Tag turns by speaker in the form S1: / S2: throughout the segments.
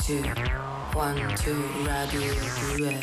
S1: two, one, two, radio 2.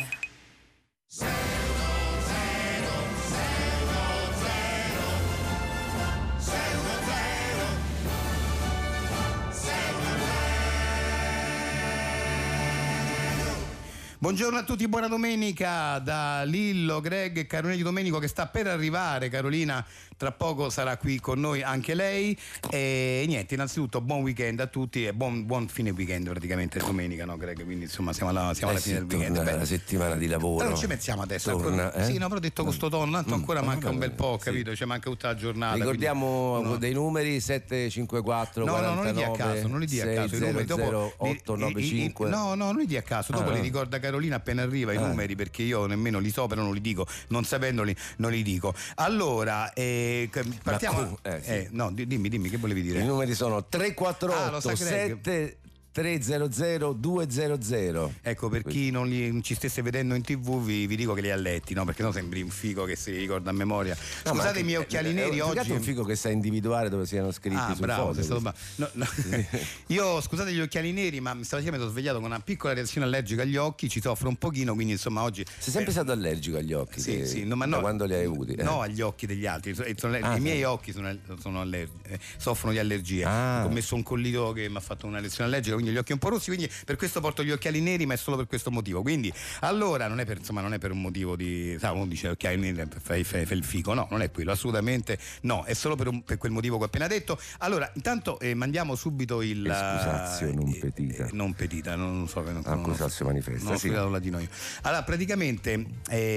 S2: Buongiorno a tutti, buona domenica da Lillo, Greg e Carolina Di Domenico che sta per arrivare. Carolina tra poco sarà qui con noi anche lei. E niente, innanzitutto buon weekend a tutti e buon, buon fine weekend praticamente domenica, no Greg? Quindi insomma siamo alla, siamo alla
S3: Eh sì,
S2: fine del weekend.
S3: torna
S2: Beh,
S3: la settimana di lavoro.
S2: però non ci pensiamo adesso.
S3: Torna,
S2: ancora-
S3: eh? Mm,
S2: Sì, no, però ho detto con sto tono, tanto ancora manca un bel po',
S3: sì.
S2: capito? Cioè manca tutta la giornata.
S3: Ricordiamo
S2: quindi- no.
S3: dei numeri 754
S2: No, no, non li
S3: 49
S2: dia a caso, non li dia a caso. I numeri dopo. li- i- i-
S3: 895
S2: No, no, non li dia a caso. Dopo
S3: Ah.
S2: li ricorda Carolina appena arriva i
S3: Ah.
S2: numeri perché io nemmeno li so, però non li dico. Non sapendoli, non li dico. Allora, eh, c- partiamo.
S3: come? Eh, sì.
S2: eh, no, di- dimmi, dimmi, che volevi dire?
S3: I numeri sono
S2: Ah, lo sa
S3: 348
S2: Greg.
S3: 7 300 200.
S2: Ecco, per chi non, li- non ci stesse vedendo in tv, vi, vi dico che li ha letti, no? Perché no sembri un figo che si ricorda a memoria.
S3: No, ma
S2: Scusate
S3: anche-
S2: i miei occhiali
S3: eh,
S2: neri
S3: è un- più che
S2: oggi.
S3: altro è un figo che sa individuare dove siano scritti
S2: Ah,
S3: sul
S2: bravo, sei stato
S3: foglio.
S2: bravo. No, no. Io scusate gli occhiali neri, ma stamattina mi sono svegliato con una piccola reazione allergica agli occhi, ci soffro un pochino, quindi insomma oggi.
S3: Sei sempre stato allergico agli occhi?
S2: Eh. Sì,
S3: te-
S2: sì, no, ma
S3: da
S2: no,
S3: quando li hai avuti? eh?
S2: No, agli occhi degli altri. so- e sono-
S3: Ah,
S2: I
S3: sì.
S2: miei occhi sono, sono aller- eh, soffrono di allergie.
S3: Ah.
S2: Ho messo un collito che mi ha fatto una lezione allergica, quindi gli occhi un po' rossi. Quindi per questo porto gli occhiali neri, ma è solo per questo motivo. Quindi allora non è per, insomma, non è per un motivo di. Sa, uno dice occhiali neri, eh, fai, fai, fai il fico. No, non è quello, assolutamente no. È solo per, un- per quel motivo che ho appena detto. Allora, intanto eh, mandiamo subito il.
S3: Excusatio non
S2: eh,
S3: petita.
S2: eh, non petita, non, non so che non
S3: Ah,
S2: non-
S3: Accusatio manifesta,
S2: non ho
S3: sì.
S2: spiegato la di noi. Allora, praticamente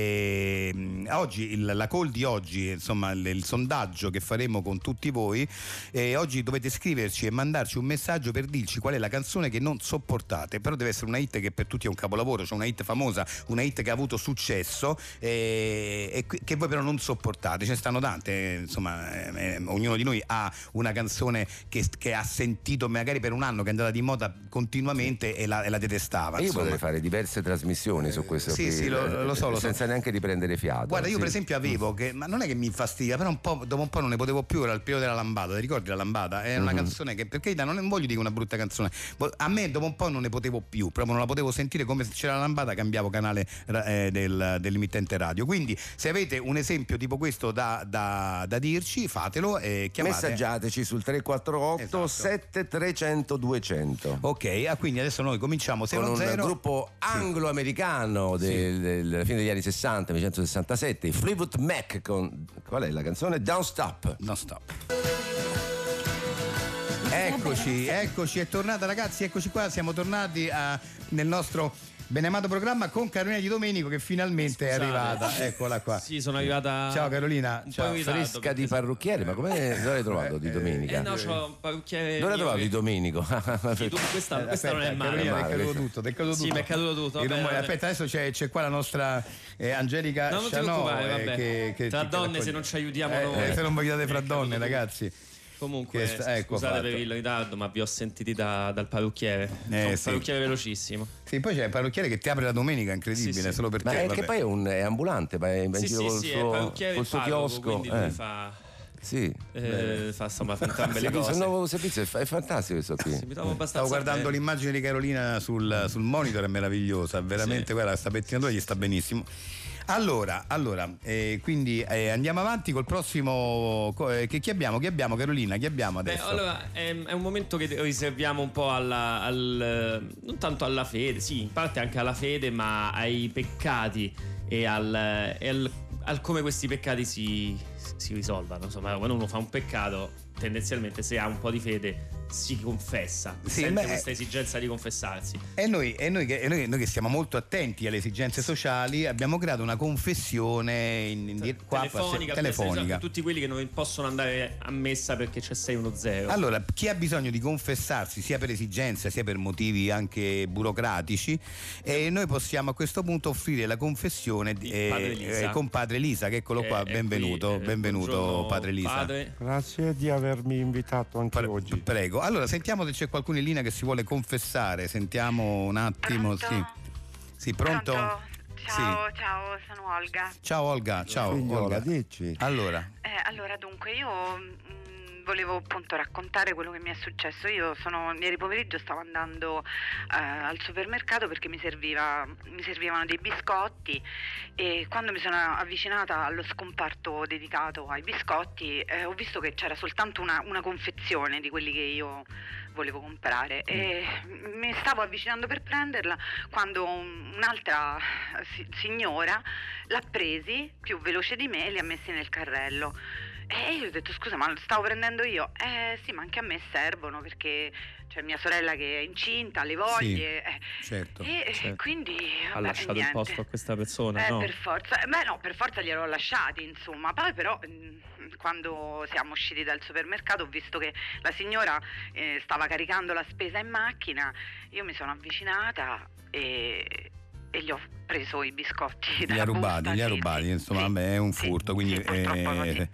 S2: ehm, oggi il- la call di oggi, insomma, il, il sondaggio che faremo con tutti voi. eh, oggi dovete scriverci e mandarci un messaggio per dirci qual è la canzone che non sopportate. Però deve essere una hit che per tutti è un capolavoro, cioè una hit famosa, una hit che ha avuto successo eh, e qui- che voi però non sopportate. Ce ne stanno tante, eh, insomma, eh, eh, ognuno di noi ha una canzone che, che ha sentito magari per un anno che è andata di moda continuamente e, la, e la detestava.
S3: Io
S2: insomma.
S3: potrei fare diverse trasmissioni su questo
S2: sì,
S3: qui,
S2: sì, lo-
S3: eh,
S2: lo so, lo so.
S3: senza neanche riprendere fiato.
S2: Guarda, io
S3: sì.
S2: per esempio avevo, che, ma non è che mi infastidia, però un po', dopo un po' non ne potevo più, era il periodo della lambada, ti ricordi la lambada? Era una
S3: Mhm.
S2: canzone che, perché non non voglio dire una brutta canzone, vo- a me dopo un po' non ne potevo più, proprio non la potevo sentire come se c'era la lambada, cambiavo canale ra- eh, del- dell'emittente radio. Quindi se avete un esempio tipo questo da, da- da dirci, fatelo e chiamate.
S3: Messaggiateci sul 348
S2: Esatto.
S3: 7300 200
S2: Ok, ah, quindi adesso noi cominciamo 0
S3: con un gruppo anglo-americano del, della fine degli anni 60, 1967, i Fleetwood Mac con qual è la canzone? Don't Stop.
S2: Non stop. Eccoci, eccoci, è tornata ragazzi, eccoci qua, siamo tornati a- nel nostro benemato programma con Carolina Di Domenico che finalmente è
S4: Scusate.
S2: arrivata, eccola qua.
S4: Sì, sono arrivata.
S2: Ciao Carolina,
S4: un
S2: ciao.
S4: po' in ritardo,
S3: Fresca di
S4: perché-
S3: parrucchiere, ma come dove l'hai trovato di domenica?
S4: Eh no, c'ho un parrucchiere.
S3: Dove l'hai
S4: mio
S3: trovato
S4: Eh, che-
S3: di domenico?
S4: Sì, tu-
S2: Eh,
S4: questa, questa
S2: aspetta,
S4: non è male.
S2: Carolina, ti è
S3: male,
S2: caduto
S3: questa.
S2: tutto, ti è caduto
S4: Sì,
S2: tutto.
S4: mi è caduto tutto,
S2: Il
S4: vabbè,
S2: rumore-
S4: vabbè.
S2: Aspetta, adesso c'è, c'è qua la nostra eh, Angelica
S4: No, non ti
S2: Chanot,
S4: preoccupare,
S2: eh,
S4: vabbè.
S2: che, che
S4: Tra
S2: che
S4: donne,
S2: raccoglie.
S4: se non ci aiutiamo
S2: Eh,
S4: noi.
S2: eh, se non vi aiutate fra
S4: È caduto
S2: donne,
S4: tutto.
S2: ragazzi.
S4: Comunque,
S2: Che sta- ecco
S4: scusate
S2: fatto.
S4: per il ritardo, ma vi ho sentiti da- dal parrucchiere.
S2: Eh,
S4: Sono un
S2: sì.
S4: parrucchiere velocissimo.
S2: Sì, poi c'è il parrucchiere che ti apre la domenica, incredibile,
S4: Sì, sì.
S2: solo per
S3: Ma
S2: te.
S3: è che
S2: vabbè.
S3: poi è, un, è ambulante, va in
S4: sì,
S3: giro
S4: sì,
S3: col
S4: sì, è
S3: suo,
S4: parrucchiere
S3: col
S4: e
S3: suo
S4: parroco,
S3: chiosco.
S4: Quindi
S3: eh.
S4: lui fa,
S3: Sì.
S4: eh, fa insomma, entrambe le
S3: Sì, questo
S4: cose.
S3: nuovo servizio è fa- è fantastico questo qui.
S4: Sì, eh. mi trovo abbastanza
S2: Stavo guardando
S4: bene.
S2: l'immagine di Carolina sul, sul monitor, è meravigliosa, veramente
S4: Sì.
S2: guarda, sta pettinatura gli sta benissimo. Allora, allora eh, quindi eh, andiamo avanti col prossimo. co- eh, che, chi abbiamo? Chi abbiamo Carolina? Chi abbiamo
S4: Beh,
S2: adesso?
S4: allora è, è un momento che riserviamo un po' alla, al, non tanto alla fede, sì, in parte anche alla fede, ma ai peccati e al, e al- al come questi peccati si, si risolvano. Insomma, quando uno fa un peccato, tendenzialmente se ha un po' di fede si confessa,
S2: Sì,
S4: sente
S2: beh,
S4: questa esigenza di confessarsi.
S2: E, noi, e noi che, e noi- noi che siamo molto attenti alle esigenze sociali, abbiamo creato una confessione in, in- qua-
S4: telefonica,
S2: se- telefonica.
S4: per tutti quelli che non possono andare a messa perché c'è 610.
S2: Allora, chi ha bisogno di confessarsi sia per esigenza sia per motivi anche burocratici, eh, noi possiamo a questo punto offrire la confessione eh,
S4: Di padre Lisa.
S2: con padre Lisa, che eccolo qua,
S4: Eh, è qui,
S2: benvenuto,
S4: eh,
S2: benvenuto
S4: buongiorno,
S2: padre Lisa.
S4: padre.
S5: Grazie di avermi invitato anche
S2: Pre-
S5: oggi.
S2: Prego, allora sentiamo se c'è qualcuno in linea che si vuole confessare, sentiamo un attimo,
S6: Pronto?
S2: sì. Sì, pronto?
S6: Ciao,
S2: Sì.
S6: ciao, sono Olga.
S3: Oh,
S2: Ciao Olga, ciao
S5: Figliola,
S2: Olga.
S5: dici?
S2: Allora,
S6: Eh, allora, dunque, io mm, volevo appunto raccontare quello che mi è successo. Io sono, ieri pomeriggio stavo andando eh, al supermercato perché mi, serviva- mi servivano dei biscotti e quando mi sono avvicinata allo scomparto dedicato ai biscotti eh, ho visto che c'era soltanto una, una confezione di quelli che io volevo comprare e mi stavo avvicinando per prenderla quando un- un'altra eh, si- signora l'ha presi più veloce di me e li ha messi nel carrello. E io ho detto scusa ma lo stavo prendendo io? Eh sì ma anche a me servono perché c'è mia sorella che è incinta, ha le voglie. eh.
S2: certo.
S6: E eh,
S4: certo.
S6: quindi...
S4: Ha
S6: vabbè,
S4: lasciato il
S6: niente.
S4: posto a questa persona,
S6: Eh,
S4: no?
S6: per forza, eh, beh no, per forza gliel'ho lasciati, insomma. Poi però mh, quando siamo usciti dal supermercato ho visto che la signora eh, stava caricando la spesa in macchina, io mi sono avvicinata e, e gli ho preso i biscotti
S2: Li ha
S6: dalla
S2: rubati,
S6: busta,
S2: li ha
S6: sì,
S2: rubati,
S6: sì,
S2: insomma,
S6: sì,
S2: vabbè, è un
S6: sì,
S2: furto, quindi,
S6: sì, purtroppo
S2: eh,
S6: così. Ah.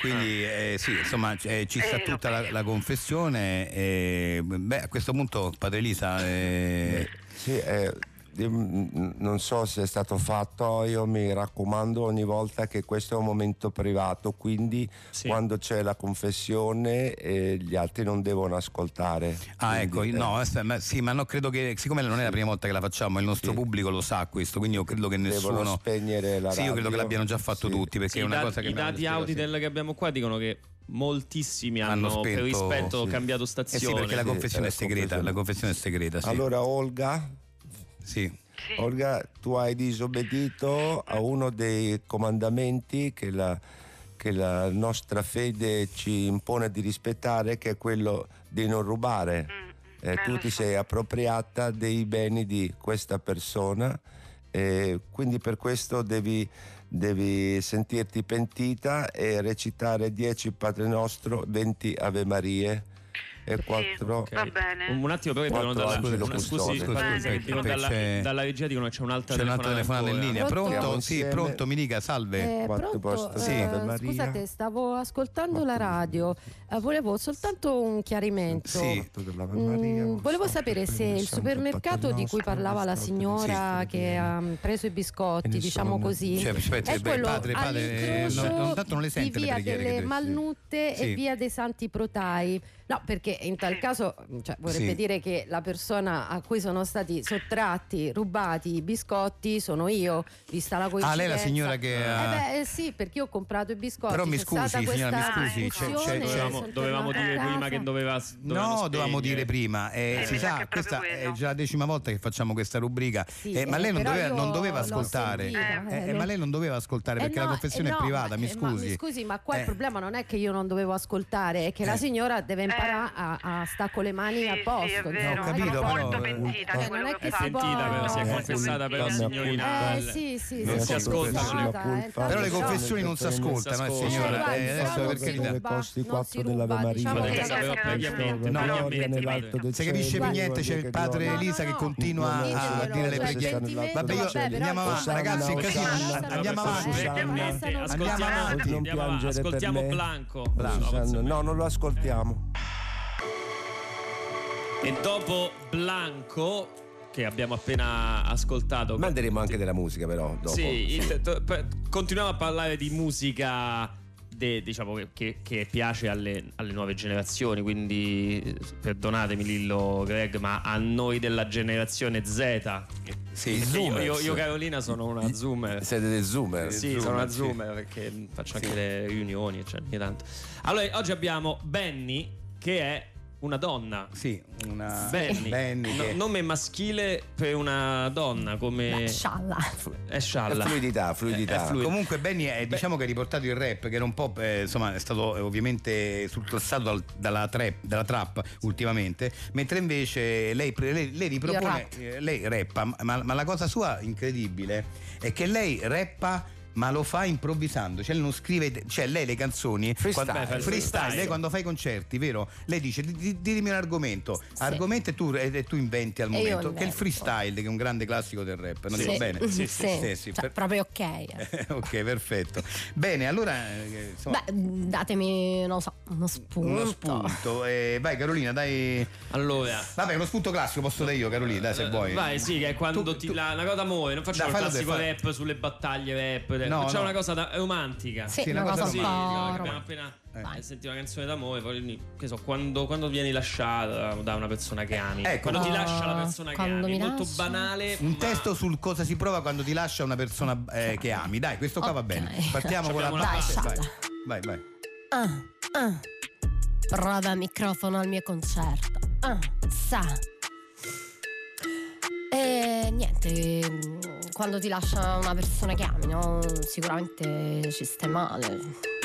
S2: quindi eh, sì, insomma, c- eh, ci sta
S6: Eh, lo
S2: tutta la,
S6: penso.
S2: la confessione. eh, beh, a questo punto, padre Elisa, eh,
S3: Sì, eh, io, mm, non so se è stato fatto, io mi raccomando ogni volta che questo è un momento privato, quindi
S4: Sì.
S3: quando c'è la confessione eh, gli altri non devono ascoltare.
S2: ah, ecco,
S3: Quindi, eh,
S2: no, aspetta, ma, sì, ma no, credo che, siccome non è la prima volta che la facciamo, il nostro
S3: Sì.
S2: pubblico lo sa questo, quindi io credo che
S3: Devono
S2: nessuno.
S3: spegnere la
S2: Sì, io credo
S3: radio.
S2: che l'abbiano già fatto
S3: Sì.
S2: tutti, perché
S4: Sì,
S2: è
S4: i
S2: una
S4: da-
S2: cosa che
S4: I
S2: mi hanno
S4: dati
S2: detto, sì.
S4: Auditel che abbiamo qua dicono che moltissimi
S2: Hanno
S4: hanno, per
S2: spento-
S4: rispetto
S2: sì.
S4: cambiato
S2: Eh
S4: stazione.
S2: sì, perché la
S3: Sì,
S2: confessione è
S3: la
S2: segreta,
S3: confessione.
S2: la confessione è segreta, sì.
S3: Allora Olga,
S2: Sì.
S6: Sì.
S3: Olga, tu hai disobbedito a uno dei comandamenti che la, che la nostra fede ci impone di rispettare, che è quello di non rubare.
S6: Mm, mm,
S3: Eh,
S6: eh,
S3: tu
S6: lo
S3: ti
S6: so.
S3: sei appropriata dei beni di questa persona e quindi per questo devi, devi sentirti pentita e recitare 10 Padre Nostro, 20 Ave Marie e
S6: Sì.
S3: 4...
S4: Ok.
S6: Va bene.
S4: Un, un attimo, però che
S3: Quattro
S4: dicono dalla,
S3: angeli
S4: una-
S3: custodi.
S4: scusi,
S6: Scusi,
S4: quattro-
S6: scusi,
S4: dicono
S6: perché
S4: dalla,
S2: c'è-
S4: dalla regia dicono che c'è un'altra
S2: C'è un'altra
S4: telefonata,
S2: telefonata in linea,
S4: ancora.
S7: Pronto?
S2: pronto? Sì,
S3: Siamo
S2: pronto,
S3: insieme.
S2: mi dica, salve.
S7: Eh,
S3: Quattro
S7: pronto,
S3: posti,
S2: Sì.
S7: eh,
S3: Maria.
S7: scusate, stavo ascoltando la radio. Eh, volevo soltanto un chiarimento.
S2: Sì. eh,
S7: Mm, volevo sapere se il supermercato di cui parlava la signora che ha mm, preso i biscotti, diciamo così,
S2: Cioè, aspetta,
S7: è
S2: beh,
S7: quello
S2: padre, padre, eh,
S7: all'incrocio
S2: no, non, tanto non le
S7: di
S2: sente le
S7: via
S2: preghiere.
S7: delle
S2: che-
S7: Malnutte
S2: Sì.
S7: e via dei Santi Protai. No, perché in tal caso cioè, vorrebbe
S2: Sì.
S7: dire che la persona a cui sono stati sottratti, rubati i biscotti sono io, vista la coincidenza.
S2: Ah, lei è la signora che ha-
S7: Eh beh, eh sì, perché io ho comprato i biscotti.
S2: Però mi
S7: c'è
S2: scusi,
S7: stata
S2: signora, mi
S7: questa
S6: scusi, c'è- c'è-
S7: discussione,
S2: c'è-
S7: sono
S4: Dovevamo, dovevamo
S7: tornata
S4: dire
S7: a
S4: prima
S7: casa.
S4: che doveva
S2: No, dovevamo dire
S4: spegnere.
S2: prima, eh,
S6: Eh,
S2: si
S6: mi sa
S2: sa,
S6: che è proprio
S2: questa è
S6: quello.
S2: già la decima volta che facciamo questa rubrica,
S7: Sì,
S2: Eh, ma
S7: eh,
S2: lei non
S7: però
S2: doveva,
S7: io
S2: non doveva
S7: l'ho
S2: ascoltare,
S7: sentita,
S2: Eh,
S7: eh,
S2: eh,
S7: l'ho-
S2: ma lei non doveva ascoltare
S7: Eh
S2: perché la
S7: no,
S2: confessione
S7: eh
S2: è
S7: no,
S2: privata,
S7: ma-
S2: mi
S7: eh, ma
S2: scusi.
S7: mi scusi, ma qua
S2: Eh,
S7: il problema non è che io non dovevo ascoltare, è che
S2: Eh.
S7: la signora deve imparare a, a sta con le mani
S6: Eh. Sì,
S7: a
S6: sì,
S7: posto.
S6: è
S7: insomma,
S6: vero,
S2: Ho capito,
S6: sono molto
S2: però,
S6: pentita
S7: eh,
S6: di quello
S7: non
S6: che
S7: è
S6: ho
S7: che
S6: fatto.
S7: si può-
S4: Sentita però, si è
S7: Eh,
S4: confessata però
S3: sì.
S4: signorina.
S7: Eh, sì, sì,
S4: Non
S7: sì,
S4: si
S7: sì,
S4: ascoltano
S7: sì,
S4: le-
S7: guarda, eh,
S2: Però le
S7: tanto-
S2: confessioni non si ascoltano, eh,
S4: ascoltano.
S7: Eh,
S2: signora,
S7: guarda,
S2: eh,
S7: però
S2: adesso
S7: non
S2: per
S7: si
S2: carità.
S7: ruba,
S3: Costi
S7: non
S3: quattro
S7: si
S3: dell'Ave
S7: ruba,
S3: Maria.
S7: diciamo
S4: Ma
S7: che-
S4: perché sapeva previamente?
S2: No,
S4: No,
S2: Non si capisce più
S7: Guarda,
S2: niente, c'è il padre
S7: no, no,
S2: Elisa che
S7: no.
S2: continua a, a
S7: Diglielo,
S2: dire le
S7: cioè,
S2: preghiere.
S7: sentimento,
S2: Vabbè, io-
S7: vabbè, però-
S2: andiamo avanti,
S7: Osanna,
S2: ragazzi, è casino.
S7: Osanna,
S2: Andiamo avanti.
S7: Osanna.
S4: Ascoltiamo,
S2: Andiamo avanti.
S4: andiamo avanti.
S3: piangere per
S4: Ascoltiamo
S3: me.
S4: Blanco.
S3: Susanna, No, non lo ascoltiamo.
S4: E dopo Blanco, che abbiamo appena ascoltato,
S3: Manderemo anche della musica però dopo.
S4: Sì, il- to- per- continuiamo a parlare di musica de- diciamo che, che- che piace alle, alle nuove generazioni, quindi eh, perdonatemi Lillo Greg, ma a noi della generazione Z.
S3: Sì,
S4: Io- io,
S3: zoomers.
S4: io, Carolina sono una zoomer.
S3: Siete dei zoomer.
S4: Sì, sono una zoomer perché faccio anche le riunioni, cioè ogni tanto. Allora, oggi abbiamo Benny che è una donna.
S2: Sì, una
S4: Benny,
S2: Benny
S4: No-
S2: che-
S4: nome maschile per una donna come
S8: Scialla.
S4: è
S3: È
S4: Scialla.
S3: Fluidità,
S4: È
S3: fluidità.
S4: fluidità.
S2: Comunque Benny è, diciamo che ha riportato il rap che era un po' eh, insomma è stato eh, ovviamente surclassato dal- dalla, trap, dalla trap ultimamente mentre invece lei, pre- lei, lei ripropone eh, lei rappa ma, ma la cosa sua incredibile è che lei rappa ma lo fa improvvisando, cioè lei non scrive, cioè lei le canzoni
S3: Freestyle.
S2: quando,
S3: Beh, fa il
S4: freestyle.
S2: lei quando fa i concerti, vero? Lei dice "Di- di- ditemi un argomento,
S8: Sì.
S2: argomento e tu, e tu inventi al
S8: E io
S2: momento, che è il
S8: invento.
S2: freestyle che è un grande classico del rap, non
S8: Sì.
S2: dico bene?
S8: Sì,
S2: Sì, sì,
S8: Cioè,
S2: per-
S8: proprio ok. eh.
S2: ok, perfetto. Bene, allora eh, insomma,
S8: Beh,
S7: mm,
S8: datemi, non so, uno spunto.
S2: uno spunto. Eh, vai Carolina, dai.
S4: Allora,
S2: Vabbè, uno spunto classico posso dare io, Carolina, dai, se vuoi.
S4: Eh, Vai, sì, che è quando
S2: Tu-
S4: ti.
S2: tu-
S4: La, la cosa muove, non facciamo
S2: Dai,
S4: il
S2: fallo te,
S4: classico
S2: fallo.
S4: rap sulle battaglie rap ed è
S2: No,
S4: c'è
S2: no.
S4: una cosa da- eh, romantica.
S8: Sì,
S2: Sì,
S8: una
S2: una
S8: cosa
S2: cosa
S8: un
S4: no,
S8: po'
S4: che abbiamo
S8: romantica.
S4: appena
S2: Eh.
S4: eh, senti una canzone d'amore, poi, che so, quando, quando vieni lasciata da una persona che ami,
S2: Ecco.
S4: quando ti
S8: Ah,
S4: lascia la persona che
S8: quando
S4: ami,
S8: mi
S4: molto
S8: lascia.
S4: banale.
S2: Un
S4: ma-
S2: testo sul cosa si prova quando ti lascia una persona eh, che ami. Dai, questo qua va
S8: Ok.
S2: bene. Partiamo con la
S4: Abbiamo la
S2: base. Vai,
S8: base.
S2: vai. vai.
S8: Ah, ah. Prova il microfono al mio concerto. Ah, sa. E niente, mm, quando ti lascia una persona che ami, no? Sicuramente ci stai male.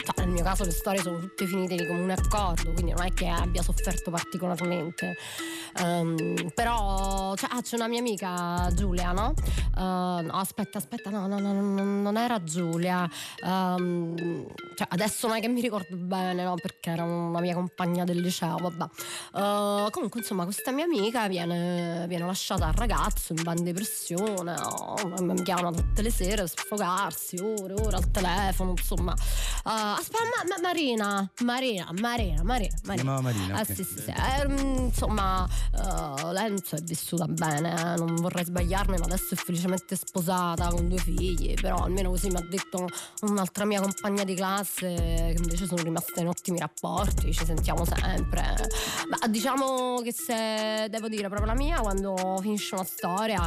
S8: Cioè, nel mio caso le storie sono tutte finite di comune accordo, quindi non è che abbia sofferto particolarmente. Ehm, però cioè, ah, c'è una mia amica Giulia, no? Eh, no, aspetta, aspetta, no, no, no, no, non era Giulia. Ehm, cioè, adesso non è che mi ricordo bene, no, perché era una mia compagna del liceo, vabbè. Eh, comunque, insomma, questa mia amica viene, viene lasciata al ragazzo in van depressione, oh, mi chiama tutte le sere a sfogarsi, ore, ore al telefono, insomma. Eh, aspetta, ma- ma- Marina, Marina, Marina, Marina,
S2: Si
S8: Marina.
S2: chiamava Marina.
S8: Ah,
S2: ok.
S8: sì, sì, sì. Eh, mm, insomma, eh, lei non so, è vissuta bene, eh, non vorrei sbagliarmi, ma adesso è felicemente sposata con due figli, però almeno così mi ha detto un'altra mia compagna di classe che invece sono rimasta in ottimi rapporti, ci sentiamo sempre. Ma diciamo che se devo dire proprio la mia, quando finisce una storia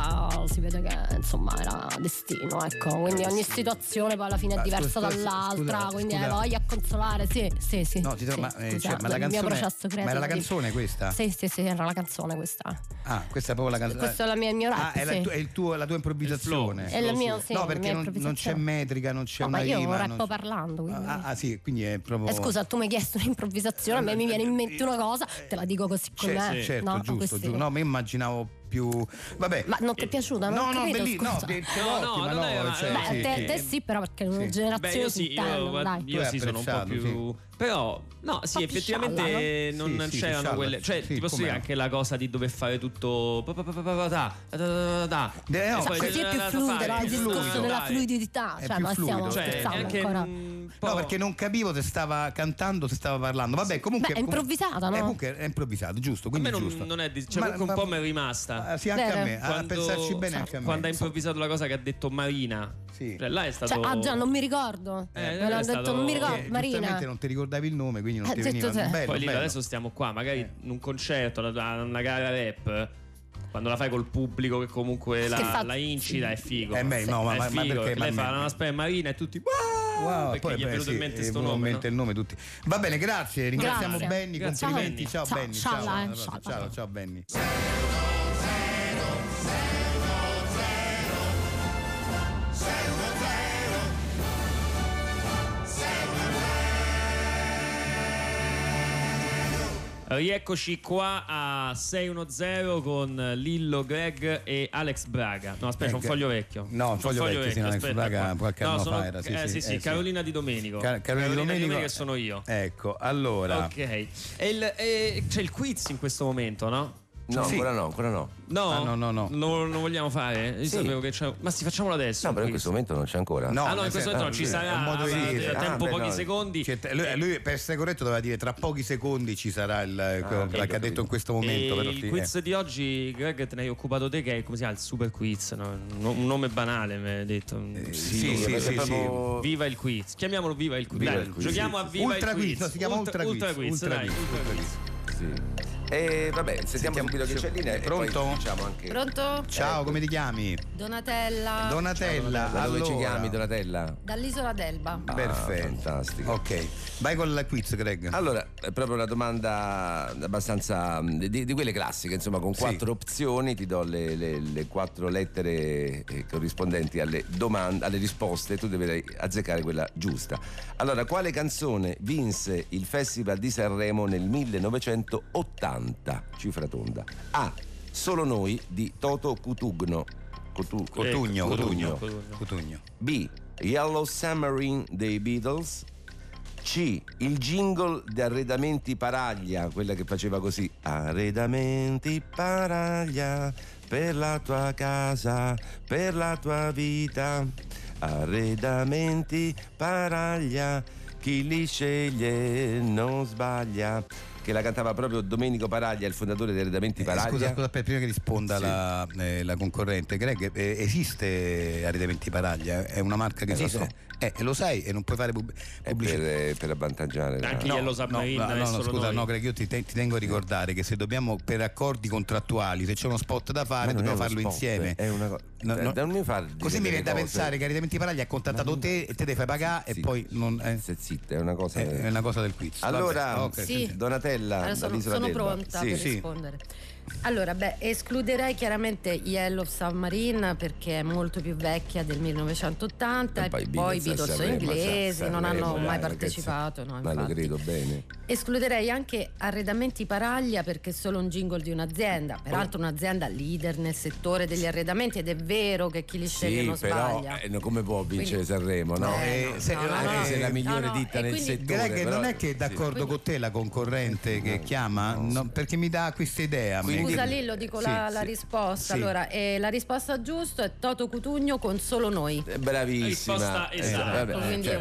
S8: si vede che insomma era destino, ecco, quindi ogni situazione poi alla fine
S2: Ma
S8: è diversa
S2: Eh, scusa, scusa,
S8: dall'altra,
S2: scusa,
S8: quindi
S2: scusa.
S8: hai voglia a consolare, sì, sì, sì.
S2: No, ti do-
S8: sì,
S2: ma, eh,
S8: scusa,
S2: cioè, ma la
S8: il mio
S2: canzone-
S8: processo
S2: ma era la
S8: creativo.
S2: canzone questa?
S8: Sì, sì, sì, era la canzone questa.
S2: Ah, questa è proprio la canzone.
S8: Questa è la mia, il mio rap,
S2: Ah, è, la,
S8: sì.
S2: tu- è il tuo- la tua improvvisazione.
S4: Il flow.
S8: È la mia,
S4: No,
S8: sì,
S2: no,
S8: la
S2: perché
S8: mia
S2: non, non c'è
S8: improvvisazione.
S2: metrica, non c'è
S8: No,
S2: una
S8: ma io
S2: rima.
S8: rappo
S2: non c'è-
S8: parlando, quindi-
S2: Ah, ah, sì, quindi è proprio.
S8: Eh, scusa, tu mi hai chiesto un'improvvisazione, a me mi viene in mente una cosa, te la dico così
S2: Cioè,
S8: com'è.
S2: sì, certo,
S8: no,
S2: giusto,
S8: Questi-
S2: giusto. No, mi immaginavo più. Vabbè.
S8: Ma non ti è piaciuta? Non
S2: no,
S8: ho
S2: no,
S8: capito,
S2: belli- no,
S8: scusa.
S2: te- te-
S4: No, no,
S2: ottima,
S4: non è-
S2: no,
S4: ma-
S2: cioè,
S8: Beh,
S4: sì,
S8: te,
S4: sì.
S8: te sì, però perché è una
S2: Sì.
S4: Beh,
S8: generazione
S4: io
S8: su
S4: sì, io,
S8: Tandem, dai.
S4: io
S2: Tu hai
S4: sì sono un po'
S2: apprezzato,
S4: più. Però, no, sì,
S8: Un po' più
S4: effettivamente
S2: scialla, no?
S4: non
S2: Sì, sì,
S4: c'erano
S2: scialla,
S4: quelle. Cioè,
S2: sì,
S4: ti posso dire
S2: com'era?
S4: anche la cosa di dover fare tutto. pa- pa- pa- pa- pa- pa- da, da- da- da- da- da.
S2: Eh, no,
S4: E poi-
S2: cioè,
S8: Così è più
S4: Esatto, da- da- da-
S8: fluido,
S4: fare,
S8: no? il
S2: più fluido,
S8: discorso della
S4: dai.
S8: fluidità,
S2: È
S8: cioè
S2: più
S8: ma stiamo
S2: fluido.
S4: Cioè,
S8: scherzando
S4: neanche
S8: ancora.
S4: un po'-
S2: No, perché non capivo se stava cantando, se stava parlando. Vabbè, comunque.
S8: Beh, è improvvisata, no?
S2: Eh, comunque è improvvisato, giusto.
S4: A
S2: Quindi
S4: me non,
S2: giusto.
S4: non è. di- Cioè,
S2: Ma-
S4: comunque
S2: ma-
S4: un po' mi è rimasta.
S2: Ah, sì, anche a
S8: Vero.
S2: me. A
S4: Quando-
S2: pensarci bene, anche a me.
S4: Quando ha improvvisato la cosa che ha detto Marina.
S2: Sì.
S4: Cioè, là è stato.
S8: Cioè, ah già, non mi ricordo.
S4: Eh,
S8: Me
S4: non è
S8: l'hanno
S4: stato-
S8: detto, non mi
S4: Sì,
S8: ricordo,
S2: Perché
S8: Marina.
S2: eh, giustamente non ti ricordavi il nome, quindi non Eh.
S8: Eh,
S2: ti
S8: detto
S2: veniva.
S8: te.
S2: Bello,
S4: Poi lì
S2: bello.
S4: adesso stiamo qua, magari in un concerto, la- la- una gara rap. Quando la fai col pubblico che comunque la,
S8: Che fa-
S4: la incita è figo.
S2: Eh, beh, no, ma-
S4: è
S2: ma- ma
S4: figo,
S2: perché-
S4: lei
S2: ma-
S4: fa una specie Marina e tutti wow,
S2: Wow,
S4: perché
S2: poi,
S4: gli è
S2: beh,
S4: venuto in
S2: sì,
S4: mente
S2: è
S4: sto
S2: venuto in
S4: nome.
S2: mente
S4: no?
S2: il nome tutti. Va bene, grazie. Ringraziamo
S8: Grazie.
S2: Benny.
S4: Grazie.
S2: Complimenti. Ciao,
S8: Ciao,
S2: Benny.
S8: ciao,
S2: Ciao,
S8: ciao,
S2: ciao, ciao,
S8: ciao.
S2: ciao, ciao, Benny.
S4: Rieccoci qua a 610 con Lillo Greg e Alex Braga. No, aspetta, c'è un
S2: Ecco.
S4: foglio vecchio.
S2: No, un foglio vecchio, sì, no, Alex
S4: aspetta
S2: Braga
S4: qua.
S2: qualche anno fa era, sì, sì,
S4: eh, sì, sì,
S2: eh, sì.
S4: Carolina Di Domenico.
S2: Car- Carolina Di Domenico-
S4: che sono io.
S2: Ecco, allora.
S4: Ok. E il- e c'è il quiz in questo momento, no?
S3: No,
S2: Sì.
S3: ancora no, ancora no.
S4: No,
S2: Ah, no, no, no.
S4: Lo, lo vogliamo fare? Io
S3: Sì.
S4: sapevo che c'è. Ma sì, facciamolo adesso.
S3: No, però in
S4: il quiz.
S3: questo momento non c'è ancora.
S2: No,
S4: ah, no,
S2: nel
S4: in questo
S2: senso-
S4: momento non ci
S2: sì,
S4: sarà.
S2: è un modo di
S4: avrà
S2: dire.
S3: Ah,
S4: tempo
S3: beh,
S4: pochi
S3: no.
S4: secondi.
S2: Cioè, te- lui, lui, per essere corretto doveva dire tra pochi secondi ci sarà il, quello
S3: ok,
S2: che ha
S3: capito.
S2: detto in questo momento.
S4: E
S2: però
S4: il
S2: sì,
S4: quiz
S2: eh.
S4: di oggi, Greg, te ne hai occupato te, che è come si chiama il super quiz, no? un un nome banale, mi hai detto.
S2: Eh,
S4: Sì.
S2: sì, sì,
S3: perché
S2: sì,
S3: proprio-
S4: Viva il quiz, chiamiamolo Viva il quiz.
S3: Viva
S4: Dai,
S3: il quiz,
S4: giochiamo
S3: sì,
S4: a Viva
S2: Ultra
S4: il
S2: quiz,
S4: quiz.
S2: no, si chiama Ultra quiz, ultra
S4: dai,
S2: quiz,
S4: ultra quiz.
S3: E vabbè, sentiamo
S2: Sentiamo-
S3: subito che c'è linea. e poi
S2: Pronto?
S3: Diciamo anche.
S9: Pronto?
S2: Ciao, come ti chiami?
S9: Donatella
S2: Donatella.
S3: Da dove ci
S2: allora.
S3: chiami, Donatella?
S9: dall'isola d'Elba.
S3: Ah,
S2: Perfetto.
S3: fantastico.
S2: Ok, vai con la quiz, Greg.
S3: Allora, è proprio una domanda abbastanza mh, di, di quelle classiche, insomma, con
S2: Sì.
S3: quattro opzioni, ti do le, le- le quattro lettere eh, corrispondenti alle domande, alle risposte, tu devi azzeccare quella giusta. Allora, quale canzone vinse il Festival di Sanremo nel 1980? Cifra tonda. A. Solo noi di Toto Cutugno. Cotu-
S2: Cotugno, Cotugno, Eh,
S3: Cotugno.
S4: Cotugno.
S2: Cotugno.
S3: B. Yellow Submarine dei Beatles. C. Il jingle di Arredamenti Paraglia, quella che faceva così. Arredamenti Paraglia, per la tua casa, per la tua vita. Arredamenti Paraglia, chi li sceglie non sbaglia. che la cantava proprio Domenico Paraglia, il fondatore dei Redamenti
S2: Eh,
S3: Paraglia.
S2: Scusa, scusa, aspetta, prima che risponda la, eh, la concorrente, Greg, eh, esiste Arredamenti Paraglia? È una marca che
S3: Eh, lo
S2: esiste? Eh, lo sai e non puoi fare pub-
S3: Eh,
S2: pubblicità.
S3: per, eh, per avvantaggiare la-
S4: Anche- Chi glielo sa mai,
S2: no,
S4: eh,
S2: no,
S4: solo
S2: scusa,
S4: noi.
S2: no, Greg, io ti, te- ti tengo a
S3: Eh.
S2: ricordare che se dobbiamo per accordi contrattuali, se c'è uno spot da
S3: Ma
S2: fare,
S3: non è
S2: dobbiamo
S3: uno
S2: farlo
S3: spot,
S2: insieme.
S3: è una co-
S2: No,
S3: da-
S2: no.
S3: da- non mi far dire
S2: Così mi
S3: delle
S2: viene da
S3: cose.
S2: pensare che Arredamenti Paraglia ha contattato te e te devi fai pagare e
S3: Sì.
S2: poi non. eh,
S3: Stai zitta, è una cosa.
S2: è, è una cosa del quiz. Vabbè,
S3: Allora,
S2: ok,
S9: Sì.
S2: senti.
S3: Donatella,
S9: Allora, sono,
S3: dall'isola
S9: sono
S3: d'Elba.
S9: pronta
S3: Sì.
S9: per
S2: sì.
S9: rispondere.
S7: Allora, beh, escluderei chiaramente Yellow Submarine perché è molto più vecchia del 1980
S3: E
S7: e
S3: Eh, poi i
S7: poi
S3: Beatles a
S7: Beatles sono
S3: Sanremo,
S7: inglesi,
S3: sa-
S7: non hanno
S3: Sanremo, dai,
S7: mai
S3: ragazzi.
S7: partecipato. no,
S3: Ma lo
S7: infatti. Cioè,
S3: credo bene.
S7: Escluderei anche Arredamenti Paraglia perché è solo un jingle di un'azienda, peraltro un'azienda leader nel settore degli arredamenti ed è vero che chi li sceglie non
S3: però
S7: sbaglia.
S3: eh, no, come può vincere
S7: Quindi-
S3: Sanremo, no?
S2: Eh,
S7: no,
S2: se-
S7: no, no,
S3: Anche
S7: no.
S3: se è la
S7: No,
S3: migliore
S7: no,
S3: ditta
S7: e
S3: nel
S7: quindi-
S3: settore.
S2: Greg,
S3: però-
S2: non è che è d'accordo
S7: Quindi-
S2: con te la concorrente che
S3: No,
S2: chiama? No, perché mi dà questa idea. a me.
S3: Quindi-
S7: Scusa Lillo, dico la,
S2: Sì,
S7: la
S2: sì.
S7: risposta.
S2: Sì.
S7: Allora, eh, la risposta giusta è Toto Cutugno con solo noi.
S3: Eh, Bravissima, Eh,
S4: Risposta esatta.
S7: Quindi
S3: cioè,
S7: ho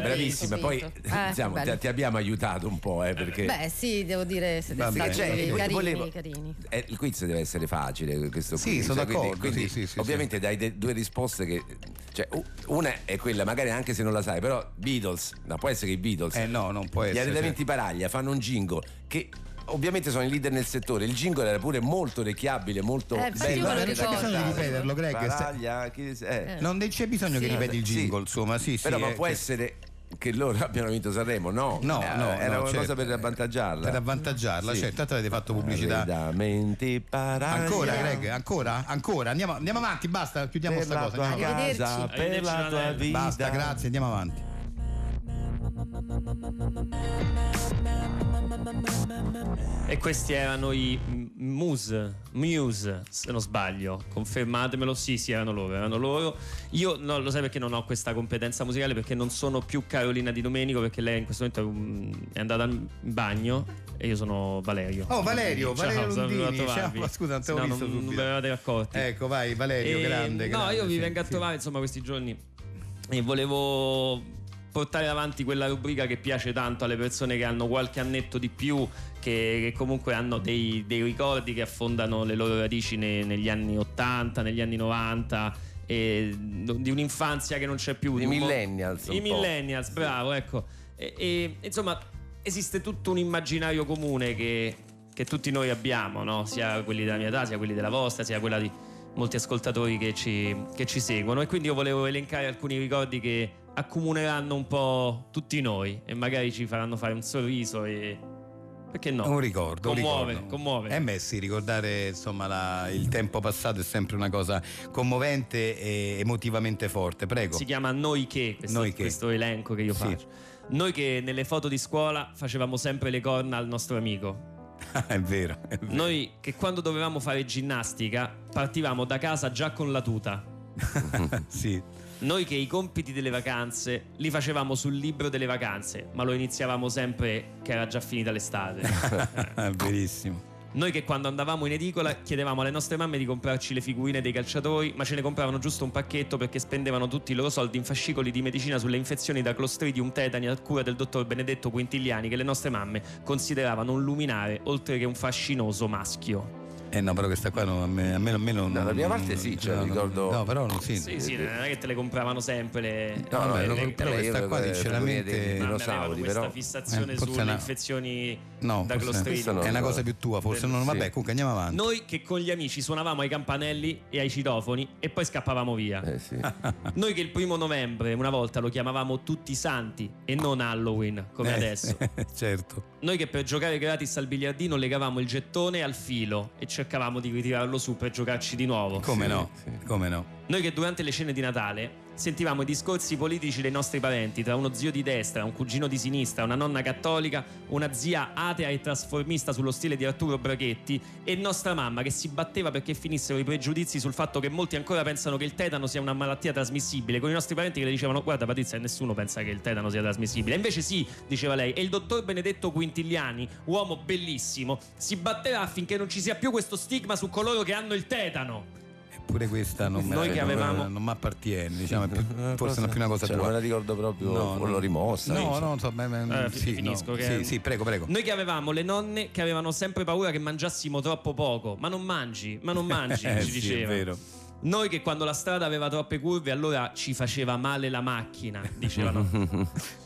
S7: vinto,
S3: bravissima.
S7: ho
S3: Poi
S7: vinto.
S3: eh,
S7: Eh,
S3: diciamo,
S7: bello.
S3: ti, ti abbiamo aiutato un po', eh, perché
S7: Beh, sì, devo dire, siete
S2: Vabbè,
S7: stati
S2: cioè,
S7: carini,
S2: vo-
S3: volevo-
S7: carini.
S3: eh, il quiz deve essere facile. Questo
S2: Sì,
S3: quiz,
S2: sono
S3: cioè, quindi-
S2: d'accordo,
S3: quindi
S2: sì, sì, sì,
S3: ovviamente dai de- due risposte che. Cioè, u- una è quella, magari anche se non la sai, però Beatles, no, può essere che i Beatles.
S2: Eh no, non può
S3: Gli
S2: essere.
S3: arredamenti paraglia fanno un jingle che ovviamente sono i leader nel settore. Il jingle era pure molto orecchiabile, molto
S7: Eh, infatti
S3: bello.
S7: io me lo
S3: anche da
S7: ricordo.
S3: cantare.
S2: Bisogna ripeterlo, Greg, se-
S3: Paraglia, chi- eh.
S2: Non de- c'è bisogno che
S3: Sì.
S2: ripeti il
S3: Sì.
S2: jingle, insomma, sì, sì.
S3: Però ma
S2: eh,
S3: può
S2: che-
S3: essere che loro abbiano vinto Sanremo, no?
S2: No,
S3: Eh,
S2: no,
S3: era
S2: no,
S3: una
S2: certo.
S3: cosa per avvantaggiarla.
S2: Per avvantaggiarla,
S3: Sì. Ah,
S2: certo, tanto avete fatto pubblicità.
S3: Arredamenti paraglia.
S2: Ancora, Greg, ancora, ancora. Andiamo, andiamo avanti, basta, chiudiamo
S3: Per
S2: questa
S3: la
S2: cosa.
S3: tua
S2: andiamo avanti.
S3: casa,
S7: Arrivederci.
S3: per la tua
S4: Arrivederci,
S3: vita.
S2: Basta, grazie, andiamo avanti.
S4: E questi erano i M- Muse, Muse, se non sbaglio, confermatemelo, sì, sì, erano loro, erano loro. Io no, lo sai perché non ho questa competenza musicale, perché non sono più Carolina Di Domenico, perché lei in questo momento mm, è andata in bagno e io sono Valerio.
S2: Oh, Valerio,
S4: Ciao,
S2: Valerio
S4: sono venuto a
S2: Lundini, ciao,
S4: trovarvi.
S2: ma scusa, non te
S4: No,
S2: l'ho visto
S4: non, non
S2: subito.
S4: ve ne avete accorti.
S2: Ecco, vai, Valerio,
S4: E,
S2: grande,
S4: No,
S2: grande,
S4: io vi
S2: sì,
S4: vengo a
S2: sì.
S4: trovare insomma questi giorni e volevo portare avanti quella rubrica che piace tanto alle persone che hanno qualche annetto di più, che, che comunque hanno dei, dei ricordi che affondano le loro radici ne- negli anni 80, negli anni 90, e mm, di un'infanzia che non c'è più.
S3: I
S4: di un mo-
S3: millennials. un
S4: i
S3: po'.
S4: millennials, bravo, ecco. E, e, insomma, esiste tutto un immaginario comune che, che tutti noi abbiamo, no? sia quelli della mia età, sia quelli della vostra, sia quella di molti ascoltatori che ci, che ci seguono. E quindi io volevo elencare alcuni ricordi che accomuneranno un po' tutti noi e magari ci faranno fare un sorriso e... Perché no?
S2: Un ricordo, un
S4: Commuove,
S2: ricordo.
S4: commuove.
S2: Eh beh sì, ricordare insomma la- il tempo passato è sempre una cosa commovente e emotivamente forte. Prego.
S4: Si chiama Noi che, questo,
S2: Noi Che.
S4: questo elenco che io
S2: Sì.
S4: faccio. Noi che nelle foto di scuola facevamo sempre le corna al nostro amico.
S2: è vero. è vero.
S4: Noi che quando dovevamo fare ginnastica partivamo da casa già con la tuta.
S2: sì.
S4: Noi che i compiti delle vacanze li facevamo sul libro delle vacanze, ma lo iniziavamo sempre che era già finita l'estate.
S2: Verissimo.
S4: Noi che quando andavamo in edicola chiedevamo alle nostre mamme di comprarci le figurine dei calciatori, ma ce ne compravano giusto un pacchetto perché spendevano tutti i loro soldi in fascicoli di medicina sulle infezioni da Clostridium tetani a cura del dottor Benedetto Quintiliani che le nostre mamme consideravano un luminare oltre che un fascinoso maschio.
S2: Eh no, però questa qua non, a, me, a me- a me non...
S3: No, la prima parte sì, cioè,
S2: no, no,
S3: ricordo-
S2: No, però non sì.
S4: Sì, sì, non è che te le compravano sempre le...
S3: No, no,
S4: le-
S2: Vabbè,
S3: eh,
S2: però
S3: eh,
S2: questa
S3: io
S2: qua,
S3: le- le
S2: sinceramente-
S3: teorie dei
S2: i
S4: Mamme avevano
S3: dinosauri,
S4: questa
S3: però
S4: fissazione
S2: Eh, forse
S4: sulle
S2: no.
S4: infezioni
S2: No,
S4: da
S2: forse
S4: Clostridium.
S3: no.
S2: È una cosa più tua, forse. No, no,
S3: Eh, Sì.
S2: vabbè, comunque andiamo avanti.
S4: Noi che con gli amici suonavamo ai campanelli e ai citofoni e poi scappavamo via.
S3: Eh, sì.
S4: Noi che il primo novembre una volta lo chiamavamo Tutti Santi e non Halloween come
S2: Eh,
S4: adesso.
S2: certo.
S4: Noi che per giocare gratis al biliardino legavamo il gettone al filo e cercavamo di ritirarlo su per giocarci di nuovo.
S2: Come
S3: Sì,
S2: no?
S3: sì.
S2: Come no?
S4: Noi che durante le cene di Natale sentivamo i discorsi politici dei nostri parenti, tra uno zio di destra, un cugino di sinistra, una nonna cattolica, una zia atea e trasformista sullo stile di Arturo Brachetti e nostra mamma che si batteva perché finissero i pregiudizi sul fatto che molti ancora pensano che il tetano sia una malattia trasmissibile, con i nostri parenti che le dicevano guarda Patrizia nessuno pensa che il tetano sia trasmissibile, invece sì, diceva lei, e il dottor Benedetto Quintiliani, uomo bellissimo, si batterà affinché non ci sia più questo stigma su coloro che hanno il tetano.
S2: E pure questa non me la-
S4: Noi che avevamo-
S2: non mi appartiene, diciamo, è più- forse non è più una cosa
S3: Cioè,
S2: tua.
S3: non me la ricordo proprio, o l'ho rimossa,
S2: No,
S3: insomma.
S2: no, so, ma- ma-
S4: Eh, fi-
S2: sì,
S4: finisco,
S2: no.
S4: che-
S2: Sì, sì, prego, prego.
S4: Noi che avevamo le nonne che avevano sempre paura che mangiassimo troppo poco, ma non mangi, ma non mangi,
S2: Eh,
S4: ci
S2: sì, è
S4: diceva.
S2: vero.
S4: Noi che quando la strada aveva troppe curve allora ci faceva male la macchina, dicevano.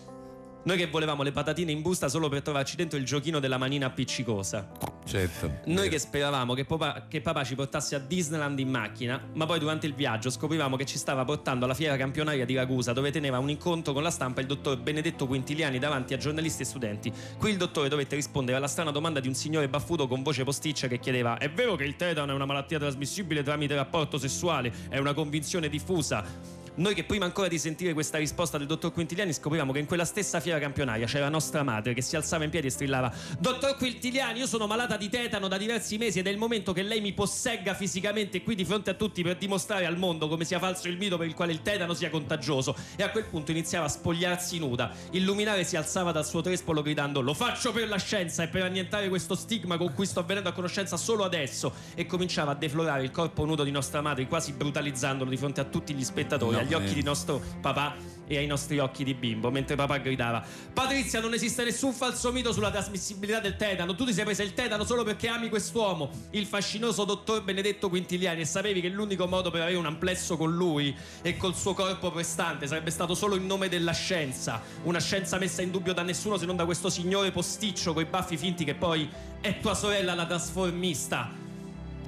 S4: Noi che volevamo le patatine in busta solo per trovarci dentro il giochino della manina appiccicosa.
S2: Certo.
S4: Noi che speravamo che papà, che papà ci portasse a Disneyland in macchina, ma poi durante il viaggio scoprivamo che ci stava portando alla fiera campionaria di Ragusa, dove teneva un incontro con la stampa il dottor Benedetto Quintiliani davanti a giornalisti e studenti. Qui il dottore dovette rispondere alla strana domanda di un signore baffuto con voce posticcia che chiedeva: È vero che il tetano è una malattia trasmissibile tramite rapporto sessuale? È una convinzione diffusa? Noi che prima ancora di sentire questa risposta del dottor Quintiliani scoprivamo che in quella stessa fiera campionaria c'era nostra madre che si alzava in piedi e strillava Dottor Quintiliani, io sono malata di tetano da diversi mesi ed è il momento che lei mi possegga fisicamente qui di fronte a tutti per dimostrare al mondo come sia falso il mito per il quale il tetano sia contagioso. E a quel punto iniziava a spogliarsi nuda. Il luminare si alzava dal suo trespolo gridando Lo faccio per la scienza e per annientare questo stigma con cui sto avvenendo a conoscenza solo adesso. E cominciava a deflorare il corpo nudo di nostra madre, quasi brutalizzandolo di fronte a tutti gli spettatori,
S2: No,
S4: agli occhi
S2: eh.
S4: di nostro papà e ai nostri occhi di bimbo, mentre papà gridava Patrizia non esiste nessun falso mito sulla trasmissibilità del tetano, tu ti sei presa il tetano solo perché ami quest'uomo, il fascinoso dottor Benedetto Quintiliani e sapevi che l'unico modo per avere un amplesso con lui e col suo corpo prestante sarebbe stato solo in nome della scienza, una scienza messa in dubbio da nessuno se non da questo signore posticcio coi baffi finti che poi è tua sorella la trasformista.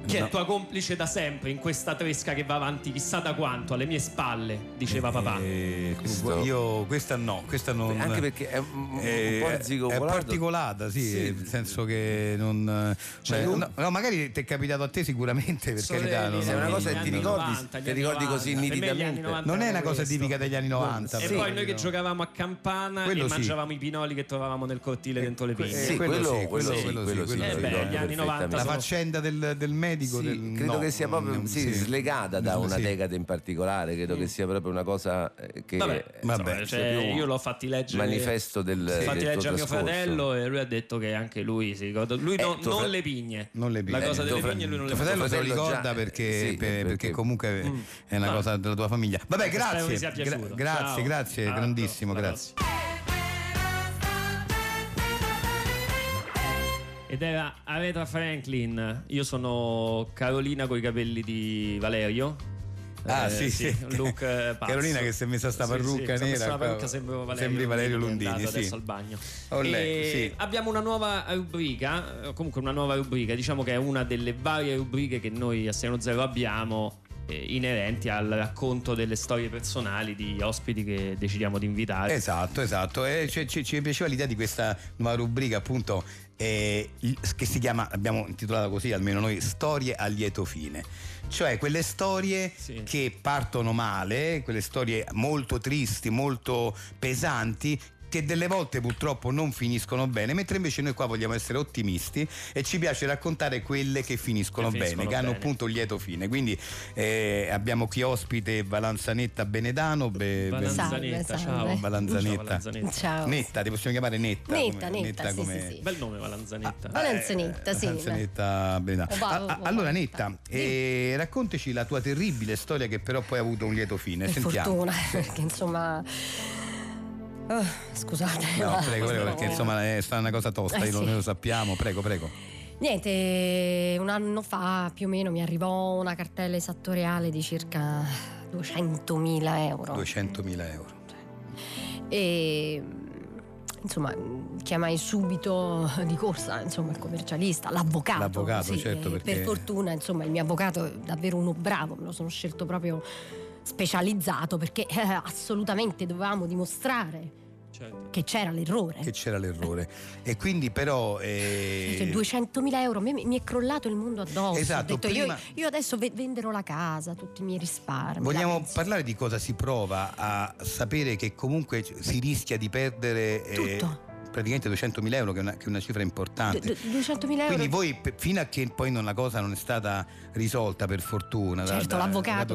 S4: Che
S2: No.
S4: è tua complice da sempre in questa tresca che va avanti chissà da quanto alle mie spalle, diceva papà.
S2: Eh,
S3: Questo-
S2: Io questa no, questa non. Eh,
S3: Anche perché è un- un po'
S2: è
S3: zigomolato.
S2: particolata, sì,
S3: Sì.
S2: nel senso che non.
S3: Cioè,
S2: eh,
S3: tu-
S2: no, no, magari ti è capitato a te sicuramente, per
S4: Sorelle,
S2: carità. non-
S3: se è una cosa che ti
S4: anni
S3: ricordi,
S4: 90,
S3: ti
S4: gli
S3: ricordi
S4: anni
S3: così
S4: 90. Per me gli anni
S3: nitidamente.
S4: 90
S2: non è una
S4: era
S2: cosa
S4: questo.
S2: tipica degli anni 90.
S4: E
S2: però,
S4: poi noi che
S2: no.
S4: giocavamo a campana
S2: Quello
S4: e
S2: sì.
S4: mangiavamo i pinoli che trovavamo nel cortile dentro le
S2: que-
S4: vigne.
S2: eh,
S3: Sì,
S2: quello
S3: quello,
S2: sì,
S3: quello
S2: quello
S3: sì,
S2: sì,
S3: quello
S2: quello
S3: sì,
S2: sì.
S3: lo
S2: Eh beh,
S3: ricordo
S4: gli anni 90
S2: La
S3: perfettamente.
S4: sono-
S2: faccenda del, del medico.
S3: Sì,
S2: del-
S3: credo
S2: no,
S3: che sia proprio
S2: non- sì.
S3: sì, slegata da una
S2: Sì.
S3: decade in particolare, credo che sia proprio una cosa eh, che
S4: Vabbè,
S2: Vabbè,
S4: insomma,
S3: è
S4: cioè,
S3: più
S4: io l'ho fatti leggere.
S3: manifesto del,
S4: Ho
S3: del
S4: Fatti
S3: tuo
S4: leggere a mio
S3: trascorso.
S4: fratello e lui ha detto che anche lui si ricorda. Lui
S3: Eh,
S4: no-
S3: tuo
S4: non
S3: fra-
S4: le pigne.
S2: Non le
S4: La
S2: pigne.
S4: cosa
S2: Eh,
S4: delle
S3: tuo fra-
S4: pigne lui non le
S2: Tuo
S3: Tuo
S2: fratello
S4: fa.
S2: se lo
S3: fratello
S2: ricorda
S3: già-
S2: perché,
S3: sì,
S2: per- perché
S3: perché-
S2: comunque
S4: Mm.
S2: è una
S4: Vabbè.
S2: cosa della tua famiglia. Vabbè,
S4: Spero vi
S2: grazie.
S4: sia
S2: Gra-
S4: piaciuto.
S2: grazie,
S4: Ciao.
S2: grazie,
S4: Ciao,
S2: grandissimo,
S4: alla
S2: grazie.
S4: Ed era Aretha Franklin. Io sono Carolina con i capelli di Valerio.
S2: Ah,
S4: Eh,
S2: sì, sì.
S4: un look eh, pazzo.
S2: Carolina che si è messa sta
S4: Sì, sì,
S2: parrucca
S4: si è messa
S2: nera
S4: la
S2: qua.
S4: parrucca, sembra Valerio
S2: Sembri Valerio
S4: Lundini,
S2: Lundini,
S4: è andato
S2: sì.
S4: adesso al bagno.
S2: Oh, lei,
S4: E
S2: sì.
S4: Abbiamo una nuova rubrica, eh, comunque una nuova rubrica, diciamo che è una delle varie rubriche che noi a Seno Zero abbiamo eh, inerenti al racconto delle storie personali di ospiti che decidiamo di invitare.
S2: Esatto, esatto. E ci, ci- ci piaceva l'idea di questa nuova rubrica, appunto, eh, il- che si chiama, abbiamo intitolato così almeno noi, Storie a lieto fine. Cioè quelle storie
S4: Sì.
S2: che partono male, quelle storie molto tristi, molto pesanti che delle volte purtroppo non finiscono bene, mentre invece noi qua vogliamo essere ottimisti e ci piace raccontare quelle che finiscono,
S4: Che finiscono
S2: bene, che hanno
S4: bene.
S2: appunto un lieto fine. Quindi eh, abbiamo qui ospite Valanzanetta Benedano, be- ben-
S4: Valanzanetta,
S8: Salve,
S4: ciao.
S8: salve.
S2: Valanzanetta.
S4: Ciao, Valanzanetta.
S8: Ciao.
S2: Netta, ti possiamo chiamare Netta? Eh,
S8: Netta, Netta, sì, sì, sì.
S4: Bel nome Valanzanetta.
S8: Ah, Valanzanetta, sì,
S2: Valanzanetta Benedano.
S8: Oh, va-
S2: Ah, ah,
S8: va- va-
S2: allora
S8: va-
S2: Netta,
S8: Sì.
S2: eh, raccontaci la tua terribile storia che però poi ha avuto un lieto fine.
S8: Per
S2: Sentiamo.
S8: fortuna, perché insomma... Ah, scusate.
S2: No,
S8: ma-
S2: prego, prego, perché insomma è stata una cosa tosta,
S8: Eh,
S2: io-
S8: sì.
S2: noi lo sappiamo, prego, prego.
S8: Niente, un anno fa più o meno mi arrivò una cartella esattoriale di circa 200.000 euro.
S2: 200.000 euro.
S8: E mm, insomma chiamai subito di corsa insomma, il commercialista, l'avvocato.
S2: L'avvocato,
S8: sì,
S2: certo,
S8: e
S2: perché-
S8: Per fortuna insomma il mio avvocato è davvero uno bravo, me lo sono scelto proprio specializzato perché eh, assolutamente dovevamo dimostrare
S4: Certo.
S8: che c'era l'errore.
S2: Che c'era l'errore. E quindi però... eh,
S8: Cioè, 200.000 euro, a me- mi è crollato il mondo addosso.
S2: Esatto,
S8: Ho detto,
S2: prima-
S8: io, io adesso ve- venderò la casa, tutti i miei risparmi. la
S2: Vogliamo
S8: pensione.
S2: parlare di cosa si prova a sapere che comunque si rischia di perdere eh,
S8: Tutto.
S2: praticamente 200.000 euro, che è una, che è una cifra importante.
S8: Du- du- 200.000 euro.
S2: Quindi voi, pe- fino a che poi non- la cosa non è stata risolta, per fortuna, da-
S8: Certo,
S2: da-
S8: l'avvocato,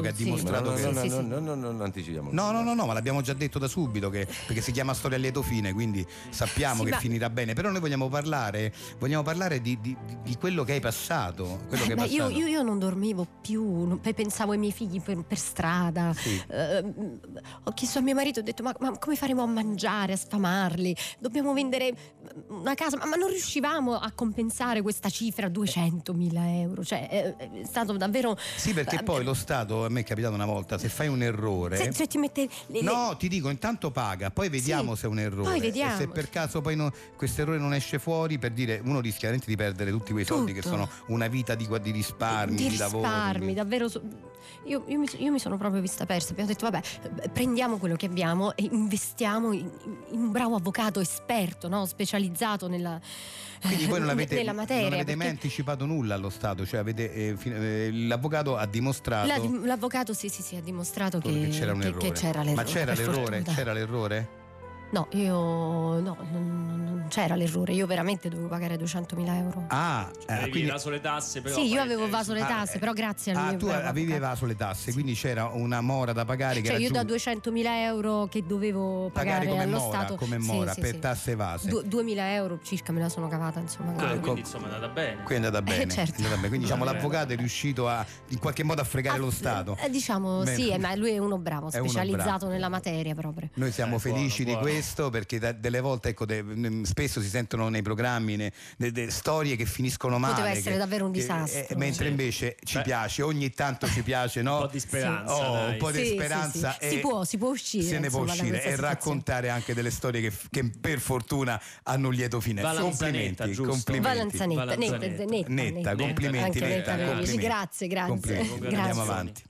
S2: dato che ha
S8: sì.
S3: No,
S2: dimostrato
S3: no,
S2: che...
S3: no,
S8: Sì, sì,
S3: no,
S8: sì.
S3: no, no, no, non anticipiamo.
S2: No, no, no, no, ma l'abbiamo già detto da subito che- perché si chiama storia a lieto fine, quindi sappiamo
S8: Sì,
S2: che
S8: ma-
S2: finirà bene. Però noi vogliamo parlare, vogliamo parlare di, di- di- di quello che hai passato. Quello che
S8: Beh,
S2: è
S8: io,
S2: passato.
S8: io- io non dormivo più, non- pe- pensavo ai miei figli per, per strada.
S2: Sì.
S8: Eh, mm, ho chiesto a mio marito, ho detto: ma, ma come faremo a mangiare, a sfamarli? Dobbiamo vendere una casa, ma, ma non riuscivamo a compensare questa cifra, 200.000 euro. Cioè, eh, è stato davvero.
S2: Sì, perché
S8: Eh,
S2: poi lo Stato, a me è capitato una volta, se fai un errore...
S8: Se- cioè, ti mette le- le-
S2: No, ti dico, intanto paga, poi vediamo
S8: Sì,
S2: se è un errore.
S8: poi vediamo.
S2: E se per caso poi no- questo errore non esce fuori, per dire, uno rischia veramente di perdere tutti quei soldi che
S8: Tutto.
S2: sono una vita di, di risparmi,
S8: di
S2: di, lavoro.
S8: risparmi, davvero. so- io, io mi, io mi sono proprio vista persa. Abbiamo detto: vabbè, eh, prendiamo quello che abbiamo e investiamo in, in un bravo avvocato esperto, no? specializzato nella,
S2: Quindi voi non
S8: eh,
S2: avete,
S8: nella materia.
S2: non avete mai
S8: perché
S2: anticipato nulla allo Stato, cioè avete, eh, fi- eh, l'avvocato ha dimostrato
S8: la- l'avvocato sì, sì, sì, ha dimostrato che,
S2: che, c'era un
S8: che- che
S2: errore.
S8: c'era l'errore.
S2: Ma c'era
S8: per
S2: l'errore?
S8: fortuna.
S2: C'era l'errore?
S8: No, io no, non, non- non c'era l'errore. Io veramente dovevo pagare 200.000 euro.
S2: Ah, eh,
S4: Cioè, Avevi
S2: quindi-
S4: evaso le tasse, però.
S8: sì,
S4: poi-
S8: io avevo
S4: eh,
S8: evaso le
S2: Ah,
S8: tasse,
S2: eh.
S8: però grazie al
S2: ah,
S8: mio
S2: tu
S8: bravo
S2: avevi
S8: avvocato.
S2: evaso le tasse, quindi c'era una mora da pagare che
S8: Cioè,
S2: era
S8: io da
S2: giù-
S8: 200.000 euro che dovevo
S2: pagare
S8: pagare,
S2: come
S8: allo
S2: mora,
S8: Stato
S2: come
S8: sì,
S2: mora
S8: sì,
S2: per
S8: sì.
S2: tasse evase.
S8: Du- 2.000 euro circa me la sono cavata, insomma.
S4: Ah,
S2: Ecco.
S4: quindi insomma è andata bene.
S2: Qui è andata bene.
S8: certo.
S2: è andata bene. Quindi diciamo
S4: Vabbè.
S2: l'avvocato è riuscito a in qualche modo a fregare
S8: Ah,
S2: lo Stato.
S8: eh, diciamo
S2: Bene.
S8: sì, eh, ma lui è uno bravo,
S2: È uno
S8: specializzato
S2: bravo.
S8: nella materia proprio.
S2: Noi siamo
S4: Eh, buono,
S2: felici
S4: buono.
S2: di questo perché da- delle volte ecco, de- mm, spesso si sentono nei programmi ne- de- de- storie che finiscono male.
S8: Poteva essere
S2: che-
S8: davvero un
S2: che-
S8: disastro.
S2: eh, mentre
S4: Sì.
S2: invece ci
S4: Beh.
S2: piace, ogni tanto ci piace, no?
S4: Un po' di speranza.
S2: Oh,
S4: dai.
S2: un po' di
S8: Sì, sì,
S2: speranza.
S8: sì. Si
S2: e
S8: può- si può uscire,
S2: Se ne può
S8: insomma, da
S2: uscire
S8: questa
S2: e
S8: situazione.
S2: raccontare anche delle storie che, che per fortuna hanno un lieto fine.
S4: Valanzanetta,
S2: Complimenti,
S4: giusto?
S2: complimenti.
S8: Valanzanetta,
S4: Valanzanetta.
S8: netta,
S2: Netta,
S8: netta, netta.
S2: complimenti
S8: Anche
S2: Netta,
S8: Netta,
S2: complimenti.
S8: grazie, grazie.
S2: Complimenti,
S8: Grazie.
S2: andiamo avanti.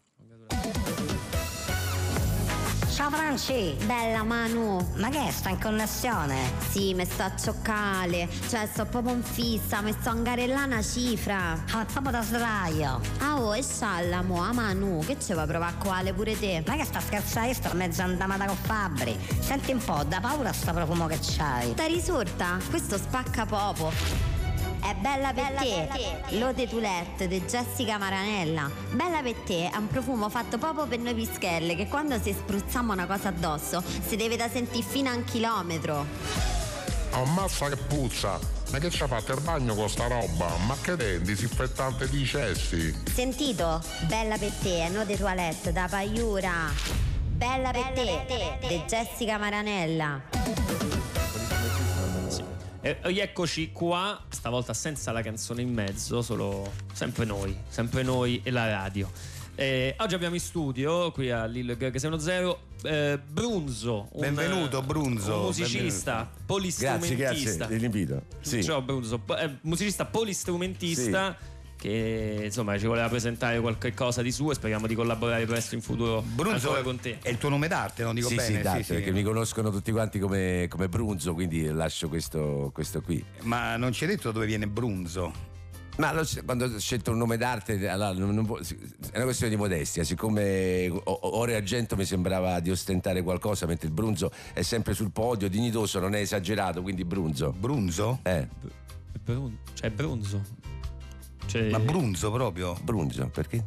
S10: Ciao Franci, bella Manu, ma che sta in connessione? Sì, mi sto a cioccare, cioè sto proprio in fissa, mi sto a ingarellare una cifra. Ah, proprio da sdraio. Ah oh, e scialla mo, a Manu, che ci vuoi provare a quale pure te?
S11: Ma che sta scherzando? Io sto mezzo andamata con Fabri. Senti un po', da paura sto profumo che c'hai.
S10: Sta risorta? Questo spacca popo. È bella per te, l'Ode Toulette di Jessica Maranella. Bella per te è un profumo fatto proprio per noi pischelle che quando si spruzziamo una cosa addosso si deve da sentire fino a un chilometro.
S11: Ammazza che puzza! Ma che ci ha fatto il bagno con sta roba? Ma che è disinfettante di cessi?
S10: Sentito? Bella per te, è no de toilette da Paiura. Bella per te, di Jessica Maranella.
S4: E- e Eh, oh, eccoci qua, stavolta senza la canzone in mezzo, solo sempre noi, sempre noi e la radio. Eh, oggi abbiamo in studio, qui a Lillo e Gag 610, eh, Brunzo. un-
S2: Benvenuto, Brunzo,
S4: Un musicista,
S3: Grazie,
S4: polistrumentista.
S3: grazie dell'invito. Sì.
S4: Ciao Brunzo, po- eh, musicista polistrumentista. Che insomma ci voleva presentare qualche cosa di suo e speriamo di collaborare presto in futuro
S2: Brunzo
S4: ancora con te.
S2: è il tuo nome d'arte, non dico
S3: sì,
S2: bene.
S3: sì, Dante, perché mi conoscono tutti quanti come, come Brunzo, quindi lascio questo, questo qui.
S2: Ma non ci hai detto da dove viene Brunzo?
S3: Ma lo- quando scelto un nome d'arte, allora, non- non può- è una questione di modestia. Siccome o- o- Ore e Argento mi sembrava di ostentare qualcosa, mentre il Brunzo è sempre sul podio, dignitoso, non è esagerato, quindi Brunzo.
S2: Brunzo?
S3: Eh,
S4: Brun- cioè Brunzo. Cioè-
S2: Ma Brunzo proprio?
S3: Brunzo, perché?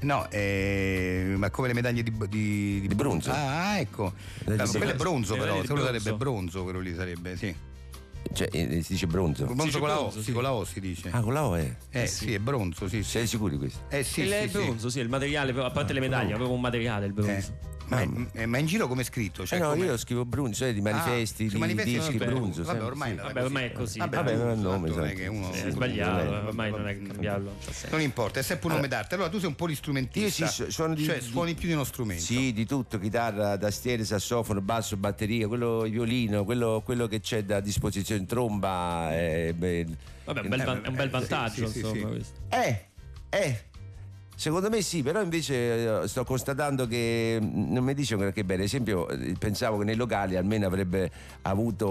S2: No, eh, ma come le medaglie di, di,
S3: Di bronzo.
S2: Ah, ecco.
S3: Medaglie
S2: Ah,
S3: di
S2: quello è bronzo,
S4: bronzo.
S2: però.
S4: Medaglie di
S2: Quello sarebbe
S4: bronzo.
S2: bronzo, quello lì sarebbe, sì.
S3: Cioè, eh, si dice Bronzo.
S2: Bronzo
S4: c'è
S2: con la O,
S4: bronzo,
S2: sì,
S4: sì.
S2: con la O si dice.
S3: Ah, con la O è.
S2: eh, sì. è bronzo, sì. sì.
S3: Sei sicuro di questo?
S2: Eh, sì,
S4: il
S2: sì,
S4: il bronzo, sì. il materiale, però, a parte le medaglie, avevo un materiale il
S2: sì.
S4: bronzo.
S2: Eh, Ma, eh, ma in giro come è scritto? Cioè,
S3: Eh no,
S2: come-
S3: io scrivo Brunzo, eh, di manifesti,
S2: Ah,
S3: di
S2: sui manifesti
S3: dischi,
S2: vabbè,
S3: Brunzo.
S2: Vabbè,
S3: sempre,
S2: ormai,
S3: sì.
S2: era
S4: Vabbè, ormai è così.
S3: Vabbè, non è il nome,
S2: tanto non è
S3: esatto.
S2: che uno-
S3: Sì,
S4: Eh, è sbagliato,
S3: vabbè,
S4: ormai non è che cambiarlo. cioè, se-
S2: Non importa, è sempre un nome d'arte. Allora tu sei un po'
S3: Io
S2: l'istrumentista.
S3: sì, so- sono di,
S2: cioè,
S3: di-
S2: suoni più di uno strumento.
S3: Sì, di tutto, chitarra, tastiere, sassofono, basso, batteria, quello violino, quello, quello che c'è da disposizione, tromba. Eh, beh,
S4: Vabbè, è un bel, van- è un
S2: Eh,
S4: bel
S2: sì,
S4: vantaggio,
S2: sì, sì,
S4: insomma.
S2: sì.
S4: questo.
S3: eh, eh, Secondo me sì, però invece eh, sto constatando che mh, non mi dice granché bene. Ad esempio, eh, pensavo che nei locali almeno avrebbe avuto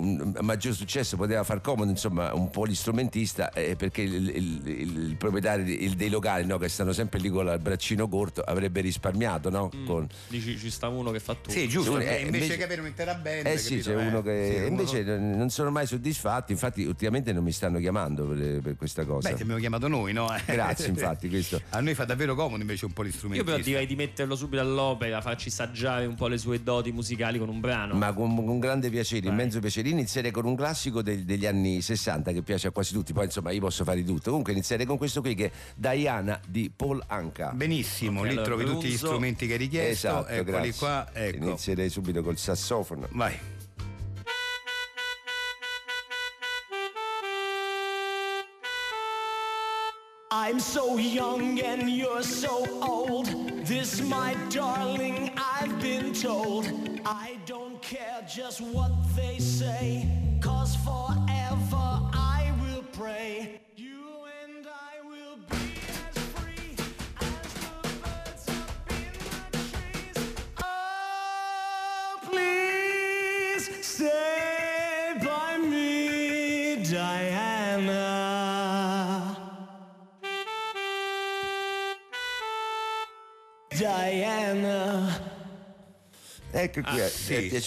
S3: un maggior successo, poteva far comodo, insomma, un polistrumentista, eh, perché il, il- il- il proprietario di- il- dei locali, no, che stanno sempre lì con il braccino corto, avrebbe risparmiato, no? Con-
S4: Dici, ci sta uno che fa tutto.
S3: Sì, giusto,
S2: Eh,
S3: eh,
S2: invece,
S3: invece-
S2: che avere un'intera band
S3: Eh sì,
S2: capito?
S3: c'è
S2: Eh,
S3: uno che
S2: sì, uno
S3: invece n- non sono mai soddisfatti, infatti ultimamente non mi stanno chiamando per, per questa cosa.
S2: Beh, ti abbiamo chiamato noi, no? Eh.
S3: Grazie, infatti, questo.
S2: A noi fa davvero comodo invece un po' gli
S4: Io
S2: strumenti.
S4: però direi di metterlo subito all'opera, farci saggiare un po' le sue doti musicali con un brano.
S3: Ma con, con grande piacere, immenso piacere. Inizierei con un classico del- degli anni 60 che piace a quasi tutti, poi insomma io posso fare di tutto. Comunque inizierei con questo qui che è Diana di Paul Anka.
S2: Benissimo,
S3: Ok,
S2: lì
S3: allora,
S2: trovi tutti gli
S3: blues.
S2: strumenti che hai richiesto.
S3: Esatto,
S2: eccoli
S3: grazie. Eh,
S2: qua. Ecco.
S3: Inizierei subito col sassofono.
S2: Vai.
S12: I'm so young and you're so old. This, my darling, I've been told. I don't care just what they say, cause forever I will pray. Oh, Please stay by me, Diana. Diana.
S3: Ecco
S2: Ah, sì, eh,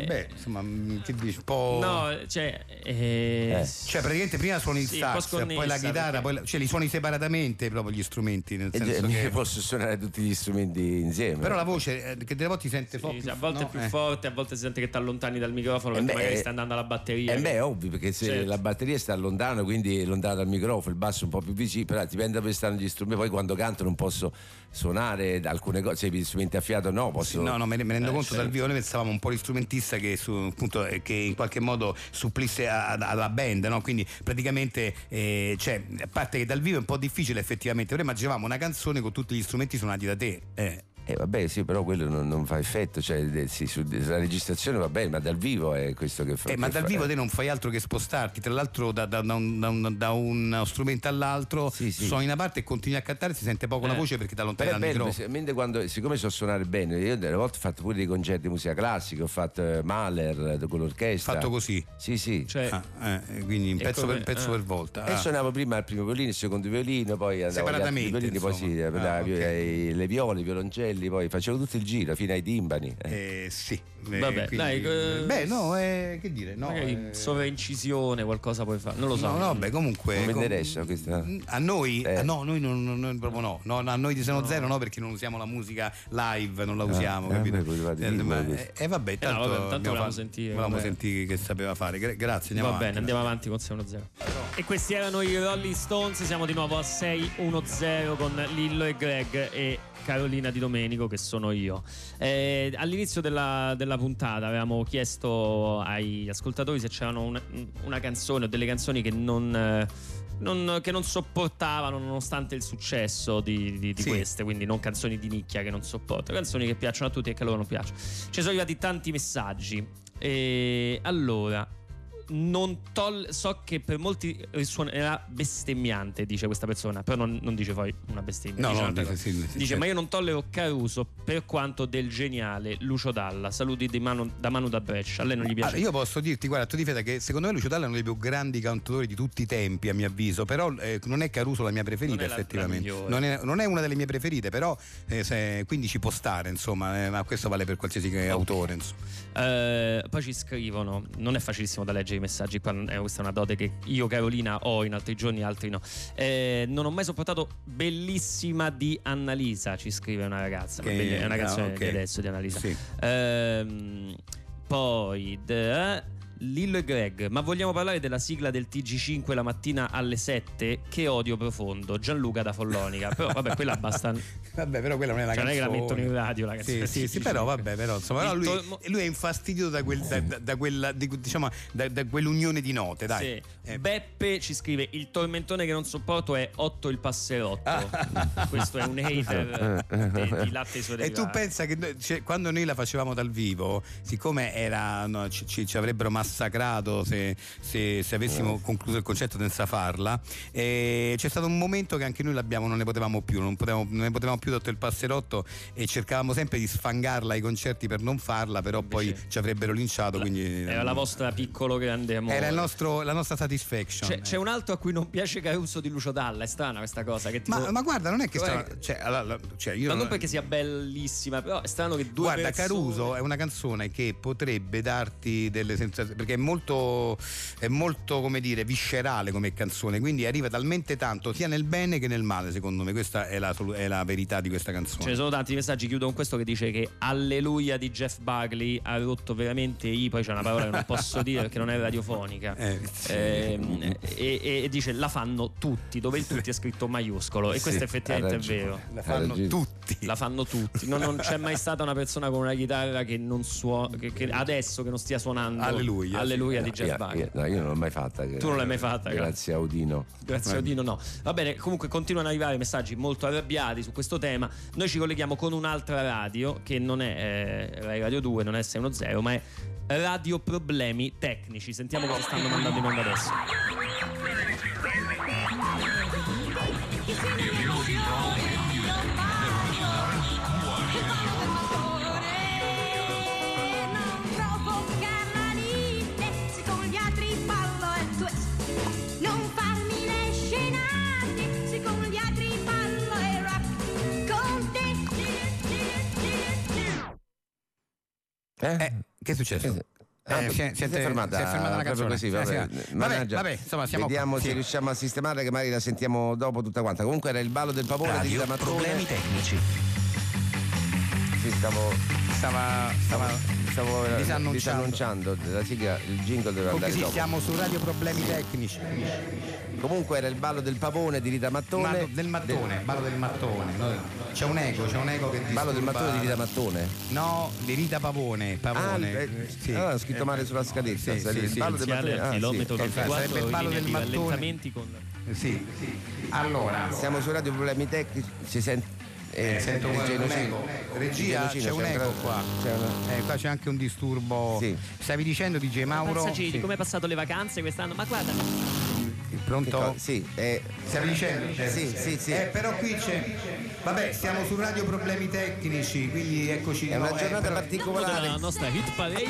S2: eh, beh, insomma, mh, che dici? Un po'.
S4: No, cioè.
S2: Eh. Cioè, praticamente prima suoni il
S4: Sì, un po'
S2: sax, poi la
S4: sconnessa,
S2: chitarra,
S4: perché-
S2: poi la- cioè li suoni separatamente proprio gli strumenti. Nel
S3: E
S2: senso
S3: cioè,
S2: che...
S3: posso suonare tutti gli strumenti insieme.
S2: Però la voce eh, che delle volte si sente forte.
S4: Sì, a volte
S2: no?
S4: è più
S2: Eh.
S4: forte, a volte si sente che ti allontani dal microfono
S3: Eh
S4: perché
S3: beh,
S4: magari
S3: eh,
S4: stai andando alla batteria.
S3: Eh beh, è ovvio, perché se
S4: Certo.
S3: la batteria sta lontano, quindi è lontana dal microfono, il basso un po' più vicino, però dipende da dove stanno gli strumenti. Poi quando canto non posso suonare da alcune cose, se gli strumenti a fiato no, posso...
S2: No, no, me ne, me ne rendo
S3: Eh,
S2: conto
S3: certo.
S2: dal vivo, noi pensavamo un po' l'istrumentista che, su- appunto, eh, che in qualche modo supplisse a- a- alla band, no? quindi praticamente, eh, cioè, a parte che dal vivo è un po' difficile effettivamente, però immaginavamo una canzone con tutti gli strumenti suonati da te. Eh.
S3: Eh, vabbè, sì, però quello non, non fa effetto, cioè de- sì, su- de- la registrazione va bene, ma dal vivo è questo che fa.
S2: Eh, ma
S3: Certo, che
S2: dal
S3: fa-
S2: vivo te non fai altro che spostarti, tra l'altro da, da- da un, da un- da uno strumento all'altro, suoni una parte e continui a cantare, si sente poco la
S3: Eh.
S2: voce perché ti
S3: Però
S2: allontani
S3: è
S2: dal
S3: bello,
S2: microfono.
S3: specialmente quando, siccome so suonare bene, io delle volte ho fatto pure dei concerti di musica classica, ho fatto eh, Mahler eh, con l'orchestra.
S2: Fatto così?
S3: Sì, sì.
S4: Cioè,
S2: Ah, eh, quindi un
S3: E
S2: pezzo,
S3: come-
S2: per, pezzo
S3: ah.
S2: per volta.
S3: E
S2: ah.
S3: suonavo prima il primo violino, il secondo violino, poi andavo agli altri
S2: Separatamente,
S3: violini, poi sì,
S2: insomma.
S3: la-
S2: Ah, ok.
S3: eh, le viole, i violoncelli, poi facevo tutto il giro fino ai timbani.
S2: Eh, sì.
S4: Eh, Vabbè,
S3: quindi-
S4: dai, eh,
S2: Beh, no, eh, che dire, no,
S4: magari sovraincisione, qualcosa puoi fare. Non lo so.
S2: No, no, beh, comunque.
S3: Non mi
S2: com-
S3: interessa questa. Eh.
S2: A noi? Ah, no, noi non, non- non- proprio no. No, no, A noi di Seno
S4: No.
S2: Zero no, perché non usiamo la musica live, non la
S3: Ah,
S2: usiamo,
S3: eh,
S2: capito?
S3: beh, potevate
S2: Eh,
S3: dirlo
S2: ma-
S3: questo.
S2: eh, vabbè,
S4: Eh, no,
S2: tanto,
S4: vabbè, tanto
S2: abbiamo
S4: volevamo
S2: fatto-
S4: sentire,
S2: volevamo
S4: vabbè.
S2: sentire che sapeva fare. Gra- grazie, andiamo
S4: Va bene,
S2: avanti.
S4: andiamo avanti con 6-1-0. E questi erano i Rolling Stones. Siamo di nuovo a 6-1-0 con Lillo e Greg e Carolina Di Domenico, che sono io. Eh, all'inizio della, della puntata avevamo chiesto ai ascoltatori se c'erano un- una canzone o delle canzoni che non. eh, non- che non sopportavano nonostante il successo di, di- di
S2: Sì.
S4: queste, quindi non canzoni di nicchia che non sopportano, canzoni che piacciono a tutti e che a loro non piacciono. Ci sono arrivati tanti messaggi. E allora, non tol- so che per molti risuonerà bestemmiante, dice questa persona, però non, non dice poi una bestemmia.
S2: No,
S4: dice
S2: no,
S4: un'altra
S2: dice- sì,
S4: cosa.
S2: sì,
S4: diciamo, Dice,
S2: certo.
S4: ma io non tollero Caruso per quanto del geniale Lucio Dalla. Saluti di Manu- da Manu da Brescia. A lei non gli
S2: Allora,
S4: piace.
S2: Ah, io posso dirti, guarda, tu difesa che secondo me Lucio Dalla è uno dei più grandi cantatori di tutti i tempi, a mio avviso. Però eh, non è Caruso la mia preferita,
S4: Non è la-
S2: effettivamente.
S4: la migliore.
S2: non, è, non è una delle mie preferite, però eh, se- quindi ci può stare, insomma, eh, ma questo vale per qualsiasi che- autore. Insomma.
S4: Eh, poi ci scrivono, non è facilissimo da leggere i messaggi, qua non- eh, questa è una dote che io Carolina ho in altri giorni, altri no. Eh, non ho mai sopportato Bellissima di Annalisa, ci scrive una ragazza, ma
S2: Che-
S4: belli- è una
S2: ah,
S4: canzone
S2: ok.
S4: di adesso di Annalisa.
S2: Sì.
S4: Ehm, poi de- eh, Lillo e Greg, ma vogliamo parlare della sigla del TG5 la mattina alle 7? Che odio profondo, Gianluca da Follonica. Però vabbè, quella basta.
S2: Vabbè, però quella non è una
S4: Cioè, non è che
S2: canzone.
S4: la mettono in radio, la
S2: Sì,
S4: canzone.
S2: sì, sì, però vabbè, però insomma,
S4: Il
S2: però lui,
S4: to-
S2: lui è infastidito da, quel- da- da- da quella, di- diciamo, da, da quell'unione di note, dai. Eh,
S4: Sì. Beppe ci scrive: Il tormentone che non sopporto è Otto il passerotto.
S2: Ah.
S4: Questo è un hater di, di latte
S2: Eh, E
S4: soderato.
S2: tu pensa che noi- cioè, quando noi la facevamo dal vivo, siccome era, no, ci, ci- ci avrebbero massacrato se, se- se avessimo concluso il concetto senza farla. E c'è stato un momento che anche noi l'abbiamo, non ne potevamo più, non, potevamo- non ne potevamo più tutto il passerotto e cercavamo sempre di sfangarla ai concerti per non farla, però poi ci avrebbero linciato. quindi
S4: Era la vostra piccolo grande amore.
S2: Era il nostro- la nostra satisfaction.
S4: C'è, c'è un altro a cui non piace Caruso di Lucio Dalla, è strana questa cosa. Che tipo...
S2: Ma, ma guarda, non è che
S4: Com'è
S2: sta- cioè, allora, la- cioè, io
S4: Ma non
S2: non-
S4: perché sia bellissima, però è strano che due
S2: Guarda,
S4: persone...
S2: Caruso è una canzone che potrebbe darti delle sensazioni, perché è molto, è molto, come dire, viscerale come canzone, quindi arriva talmente tanto sia nel bene che nel male, secondo me. Questa è la, solu- è la verità di questa canzone.
S4: Ce ne sono tanti messaggi, chiudo con questo che dice che Alleluia di Jeff Buckley ha rotto veramente i... Poi c'è una parola che non posso dire perché non è radiofonica.
S2: Eh,
S4: Ehm, e, e- e dice la fanno tutti, dove il tutti è scritto maiuscolo. E
S2: Sì,
S4: questo effettivamente
S2: ha
S4: è
S2: ragione,
S4: vero.
S2: la fanno Ha ragione. tutti.
S4: La fanno tutti. Non, non c'è mai stata una persona con una chitarra che non suona, che, che adesso che non stia suonando.
S3: Alleluia.
S4: Alleluia
S2: Eh,
S4: di
S3: No,
S4: Jeff
S3: io-
S4: Buckley.
S3: io- no, io non l'ho mai fatta.
S4: Tu non l'hai mai fatta,
S3: Grazie a Udino.
S4: Grazie a Odino no. Va bene, comunque continuano ad arrivare messaggi molto arrabbiati su questo tema. Noi ci colleghiamo con un'altra radio che non è eh, Rai Radio 2, non è 610, ma è Radio Problemi Tecnici. Sentiamo cosa stanno mandando in onda adesso.
S13: Canalite, se con gli altri ballo al tuo Non farmi le scenate, se con gli altri ballo e rap Con te
S2: Eh, che è successo?
S3: Ah,
S2: Eh, si è- si è-
S3: fermata,
S2: si è fermata la
S3: proprio
S2: canzone.
S3: così,
S2: Sì, sì,
S3: vabbè.
S2: vabbè,
S3: Mannaggia.
S2: vabbè, insomma, siamo
S3: Vediamo
S2: qua,
S3: se
S2: sì.
S3: riusciamo a sistemare, che magari la sentiamo dopo tutta quanta. Comunque era il ballo del pavone
S2: Radio
S3: di Damattone.
S2: Problemi
S3: tecnici. Sì, stavo.
S2: Stava. stava...
S3: Stavo eh,
S2: Disannunciando.
S3: disannunciando la sigla, il jingle doveva
S2: Comunque
S3: andare
S2: sì,
S3: dopo.
S2: siamo su Radio Problemi Tecnici.
S3: Comunque era il ballo del pavone di Rita Mattone.
S2: Ma- del mattone, ballo del mattone. no? C'è un eco, c'è un eco che
S3: Ballo del
S2: disturba-
S3: mattone di Rita Mattone.
S2: No, di Rita Pavone. Pavone.
S3: Ah, eh, allora, ho scritto
S2: Eh,
S3: male sulla scaletta,
S2: Sì,
S3: sai,
S2: sì,
S3: il
S2: sì.
S3: ballo del
S2: Iniziare
S3: mattone,
S2: al
S3: ah, sì.
S2: chilometro
S3: Eh,
S2: 24
S3: sarebbe il
S2: in
S3: ballo del
S2: linea di
S3: mattone.
S4: Allentamenti con...
S2: Eh, Sì, sì. Allora.
S3: Siamo su Radio Problemi Tecnici, si sente...
S2: Eh, sento un, un eco. Regia, c'è un eco qua. Eh, qua c'è anche un disturbo. Stavi dicendo DJ Mauro?
S4: Pensaci
S2: Sì.
S4: di come è passato le vacanze quest'anno, ma guarda,
S2: Pronto?
S3: Ecco, Sì, eh,
S2: Stavi dicendo?
S3: Sì, sì, sì.
S2: Eh, però qui c'è. Vabbè, siamo su Radio Problemi Tecnici, quindi eccoci.
S3: È una giornata
S4: particolare.
S2: La
S4: nostra hit parade.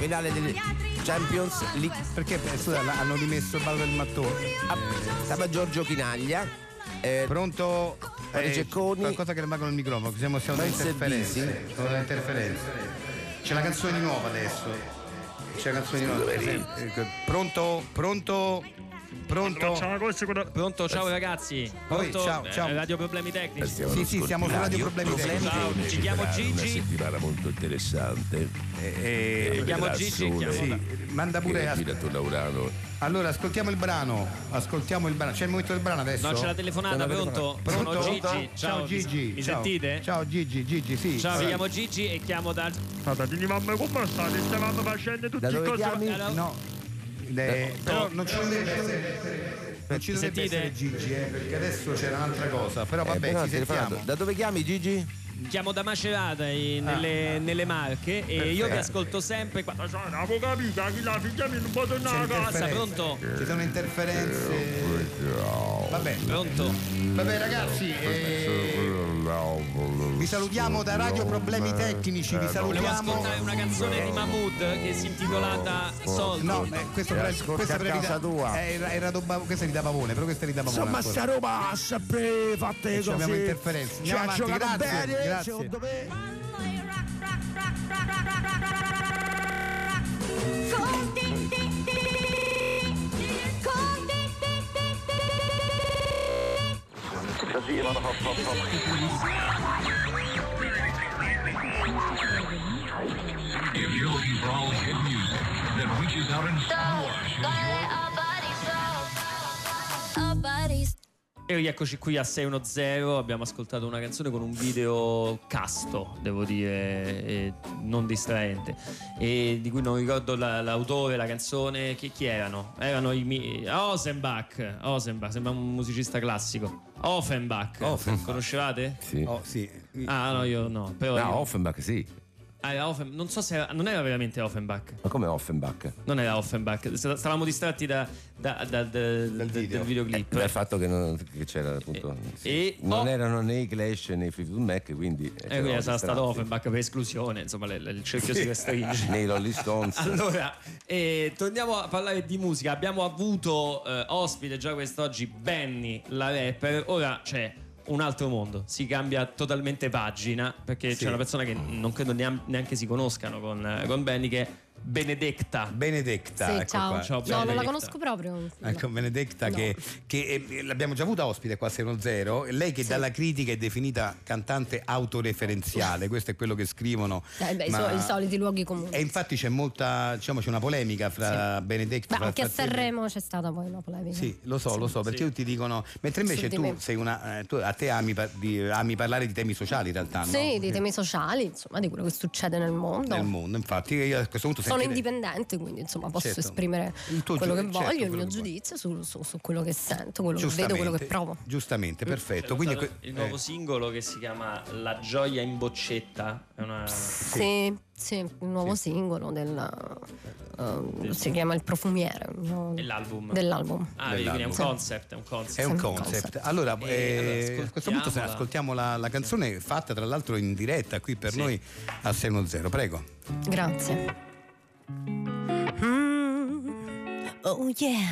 S3: Finale del Champions League.
S2: Perché eh, scusa, la- hanno rimesso il ballo del mattone?
S3: Stava Giorgio Chinaglia. Eh,
S2: Pronto?
S3: Mario
S2: Eh,
S3: Cecconi.
S2: Qualcosa che va con il microfono, siamo, siamo da
S3: Max
S2: interferenze.
S3: Bisi.
S2: Siamo da interferenze. C'è la canzone nuova adesso. C'è la canzone nuova. Eh, Pronto? Pronto? Pronto?
S4: Pronto, ciao ragazzi.
S2: Poi,
S4: Pronto,
S2: ciao,
S4: eh,
S2: ciao.
S4: Radio Problemi Tecnici.
S2: Sì, sì, siamo su Radio Problemi Tecnici.
S4: Ci chiamo Gigi.
S14: settimana molto interessante.
S2: Eh,
S14: eh,
S2: chiamo
S14: vedrà il
S2: Gigi,
S14: sole
S2: chiamo- sì, manda pure
S14: che
S2: a-
S14: gira attorno a Urano.
S2: Allora, ascoltiamo il brano. Ascoltiamo il brano. C'è il momento del brano adesso?
S4: No, c'è la telefonata,
S2: C'è la
S4: pronto?
S2: telefonata.
S4: Sono
S2: Pronto?
S4: Gigi.
S2: Ciao,
S4: Ciao, mi-
S2: Gigi.
S4: mi
S2: ciao.
S4: sentite?
S2: Ciao Gigi, Gigi, sì.
S4: Ciao, mi
S2: Sì.
S4: chiamo Gigi e chiamo da.
S5: Patatini mamma come state? Stavamo facendo tutti i cosi.
S2: No. Eh, però non ci dovrebbe essere, non ci dovrebbe
S4: Sentite?
S2: essere Gigi, eh, perché adesso c'era un'altra cosa.
S3: Eh,
S2: Però vabbè, ci sentiamo.
S3: Da dove chiami Gigi?
S4: Chiamo da Macerata eh, nelle, nelle Marche e io vi
S2: Ah. Perfetto.
S4: ascolto sempre. qua-
S5: Avevo capito che la figlia mi non può tornare a
S4: Cosa,
S5: casa.
S4: pronto?
S2: Ci sono interferenze. Vabbè, pronto. Vabbè ragazzi, eh, vi salutiamo da Radio Problemi Tecnici, vi
S4: Volevo
S2: salutiamo.
S4: ascoltare una canzone di Mahmood che si intitolata Soldi.
S2: No, eh, questo
S4: Eh,
S2: pre-
S4: ascolta
S2: questa
S4: a
S2: pre-
S4: casa
S2: era-
S4: tua.
S2: Era, era roba, questa è di da pavone, però questa è di da pavone.
S14: Insomma,
S2: ancora.
S14: sta roba ha sempre fatto
S2: E
S14: le
S2: ci abbiamo
S14: cose.
S2: interferenze.
S14: Ci ha
S2: Andiamo avanti,
S14: giocato
S2: grazie,
S14: bene,
S2: grazie.
S14: secondo me.
S13: Con te, te, te, con te, te, our bodies.
S4: E rieccoci qui a 610. Abbiamo ascoltato una canzone con un video casto, devo dire, e non distraente. E di cui non ricordo la- l'autore, la canzone. Chi, chi erano? Erano i mi- Osenbach. Osenbach, sembra un musicista classico. Offenbach. Conoscevate?
S3: Sì.
S2: Oh, sì.
S4: Ah, no, io no. Però
S3: No,
S4: io-
S3: Offenbach sì.
S4: Ah, era Offen- non so se era- non era veramente Offenbach.
S3: Ma come Offenbach?
S4: Non era Offenbach. Sta- Stavamo distratti da- da- da- da- dal Eh, videoclip.
S3: Dal Eh, fatto che, non- che c'era appunto. sì.
S4: e-
S3: non erano né i Clash né i Fleetwood Mac, quindi. eh,
S2: Eh,
S4: E Eh, quindi sarà stato Offenbach per esclusione, insomma, le- le- il cerchio si restringe.
S3: Nei Rolling Stones.
S4: Allora, eh, torniamo a parlare di musica. Abbiamo avuto eh, ospite già quest'oggi Benny, la rapper. Ora c'è un altro mondo. Si cambia totalmente pagina perché c'è una persona che non credo neam- neanche si conoscano con, eh, con Benny che è Benedetta.
S2: Benedetta,
S8: Sì,
S2: ecco
S8: ciao.
S2: qua.
S8: no, non la conosco proprio.
S2: Ecco, Benedetta che, che, eh, l'abbiamo già avuta ospite qua a 610, lei che dalla critica è definita cantante autoreferenziale, questo è quello che scrivono.
S8: Eh, beh, i
S2: ma-
S8: so- i soliti luoghi comuni.
S2: E infatti c'è molta, diciamo, c'è una polemica fra Benedetta
S8: Beh,
S2: fra-
S8: anche a
S2: fra te e
S8: Sanremo c'è stata poi una polemica.
S2: Sì, lo so, lo so, perché tutti dicono. Mentre
S8: Su
S2: invece
S8: di
S2: tu
S8: me.
S2: sei una. eh, tu- a te ami, par- di- ami parlare di temi sociali in realtà, Ah, no?
S8: Sì, dei temi sociali, insomma, di quello che succede nel mondo.
S2: Nel mondo, infatti, io a questo punto
S8: Sono
S2: sentire-
S8: indipendente, quindi insomma posso
S2: Certo.
S8: esprimere
S2: Il tuo
S8: quello
S2: giu-
S8: che
S2: certo,
S8: voglio, il
S2: quello
S8: mio
S2: che
S8: giudizio su, su- su quello che sento, quello che vedo, quello che
S2: Giustamente,
S8: provo.
S2: Giustamente, perfetto. Quindi, que-
S4: il nuovo
S2: eh,
S4: singolo che si chiama La gioia in boccetta. È una...
S8: Sì, sì, il nuovo singolo del, eh, si chiama Il profumiere. no?
S4: Dell'album.
S8: Dell'album.
S4: Ah, vedi, quindi è un
S2: Dell'album.
S4: concept, è un concept.
S2: è un concept. Allora, eh,
S4: allora,
S2: a questo punto se
S4: ascoltiamola.
S2: ascoltiamo la, la canzone fatta tra l'altro in diretta qui per noi a 610, prego.
S8: Grazie.
S15: Mm, oh yeah.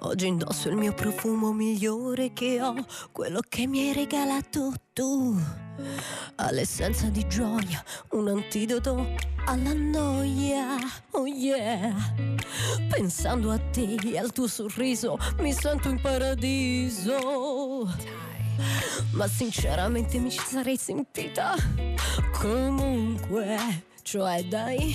S15: Oggi indosso il mio profumo migliore che ho, quello che mi hai regalato tu. All'essenza di gioia, un antidoto alla noia. Oh yeah. Pensando a te e al tuo sorriso, mi sento in paradiso. Ma sinceramente mi ci sarei sentita comunque. Cioè, dai,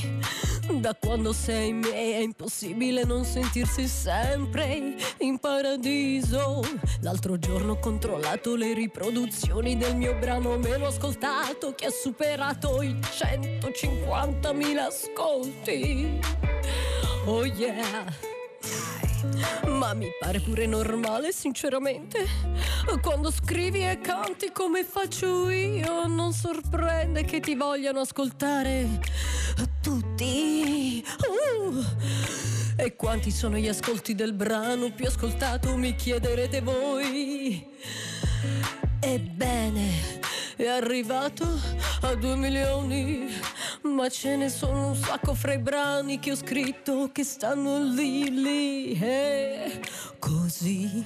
S15: da quando sei me è impossibile non sentirsi sempre in paradiso. L'altro giorno ho controllato le riproduzioni del mio brano meno ascoltato che ha superato i 150.000 ascolti. Oh yeah! Ma mi pare pure normale, sinceramente. Quando scrivi e canti come faccio io, non sorprende che ti vogliano ascoltare tutti. Uh! E quanti sono gli ascolti del brano più ascoltato, mi chiederete voi. Ebbene, è arrivato a due milioni, ma ce ne sono un sacco fra i brani che ho scritto che stanno lì, lì, e così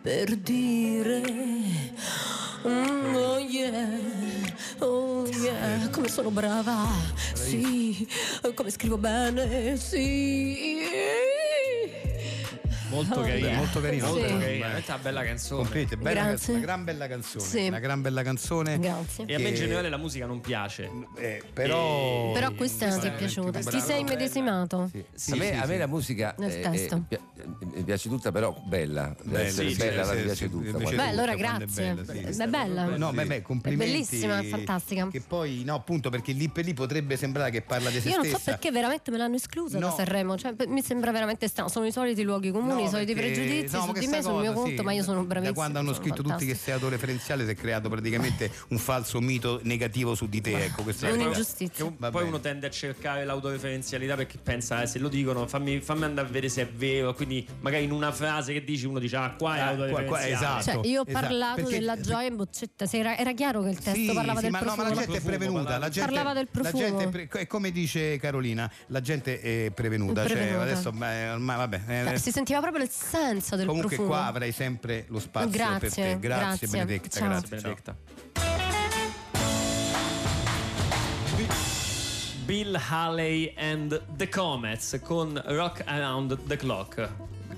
S15: per dire. Mm, oh yeah, oh yeah, come sono brava, sì, come scrivo bene, sì.
S4: Molto
S15: Oh,
S4: carina.
S15: yeah.
S2: Molto carina,
S15: Sì.
S2: molto carina.
S4: Veramente una bella canzone.
S2: Complimenti, bella
S4: Grazie.
S2: canzone, una gran bella canzone.
S8: Sì.
S2: Una gran bella canzone.
S8: Grazie.
S4: E a me in
S2: che-
S4: generale la musica non piace.
S2: però-
S4: E-
S8: Però questa ti è piaciuta. Ti sei immedesimato?
S3: a, me, a me la musica
S8: Nel
S3: eh,
S8: testo.
S3: eh, pi- mi piace tutta, però bella. Deve essere
S2: sì,
S3: bella,
S2: sì,
S3: la
S2: sì,
S3: mi piace
S2: sì,
S3: tutta.
S2: invece-
S3: guarda.
S8: Beh, allora
S2: quando è
S8: grazie.
S2: bella, sì.
S8: È bella.
S2: No, beh, beh, complimenti.
S8: È bellissima, è fantastica.
S2: Che poi, no, appunto, perché lì per lì potrebbe sembrare che parla di se
S8: Io non so
S2: stessa.
S8: perché veramente me l'hanno esclusa da
S2: No.
S8: Sanremo, cioè, per- mi sembra veramente strano, sono i soliti luoghi comuni,
S2: No,
S8: i soliti
S2: perché-
S8: pregiudizi
S2: no,
S8: su
S2: ma
S8: di
S2: questa
S8: me, sul mio
S2: cosa, sì,
S8: conto, ma io sono bravissima.
S2: Da quando hanno
S8: sono
S2: scritto tutti che sei autoreferenziale si è creato praticamente un falso mito negativo su di te. Ecco, questa la verità.
S4: Che un-
S2: Va
S4: poi
S2: bene.
S4: uno tende a cercare l'autoreferenzialità perché pensa, eh, se lo dicono, fammi, fammi andare a vedere se è vero. Ququindi, magari in una frase che dici, uno dice, ah, qua è
S2: Ah, qua- qua-
S4: autoreferenziale.
S8: Cioè, io ho parlato della gioia in boccetta, se era, era chiaro che il testo
S2: esatto. Sì,
S8: parlava
S2: sì,
S8: del
S2: ma no,
S8: profumo.
S2: ma la gente è prevenuta. La gente,
S8: Parlava del
S2: la
S8: profumo.
S2: gente è pre- è come dice Carolina, la gente è prevenuta.
S8: È
S2: cioè,
S8: prevenuta.
S2: adesso, beh, ormai, vabbè. eh,
S8: Eh, Si sentiva proprio il senso del
S2: comunque
S8: profumo.
S2: qua avrai sempre lo spazio per te.
S8: Grazie,
S2: Grazie,
S8: grazie.
S2: Benedetta.
S8: Ciao.
S2: Grazie, Benedetta.
S4: Bill Haley and the Comets con Rock Around the Clock.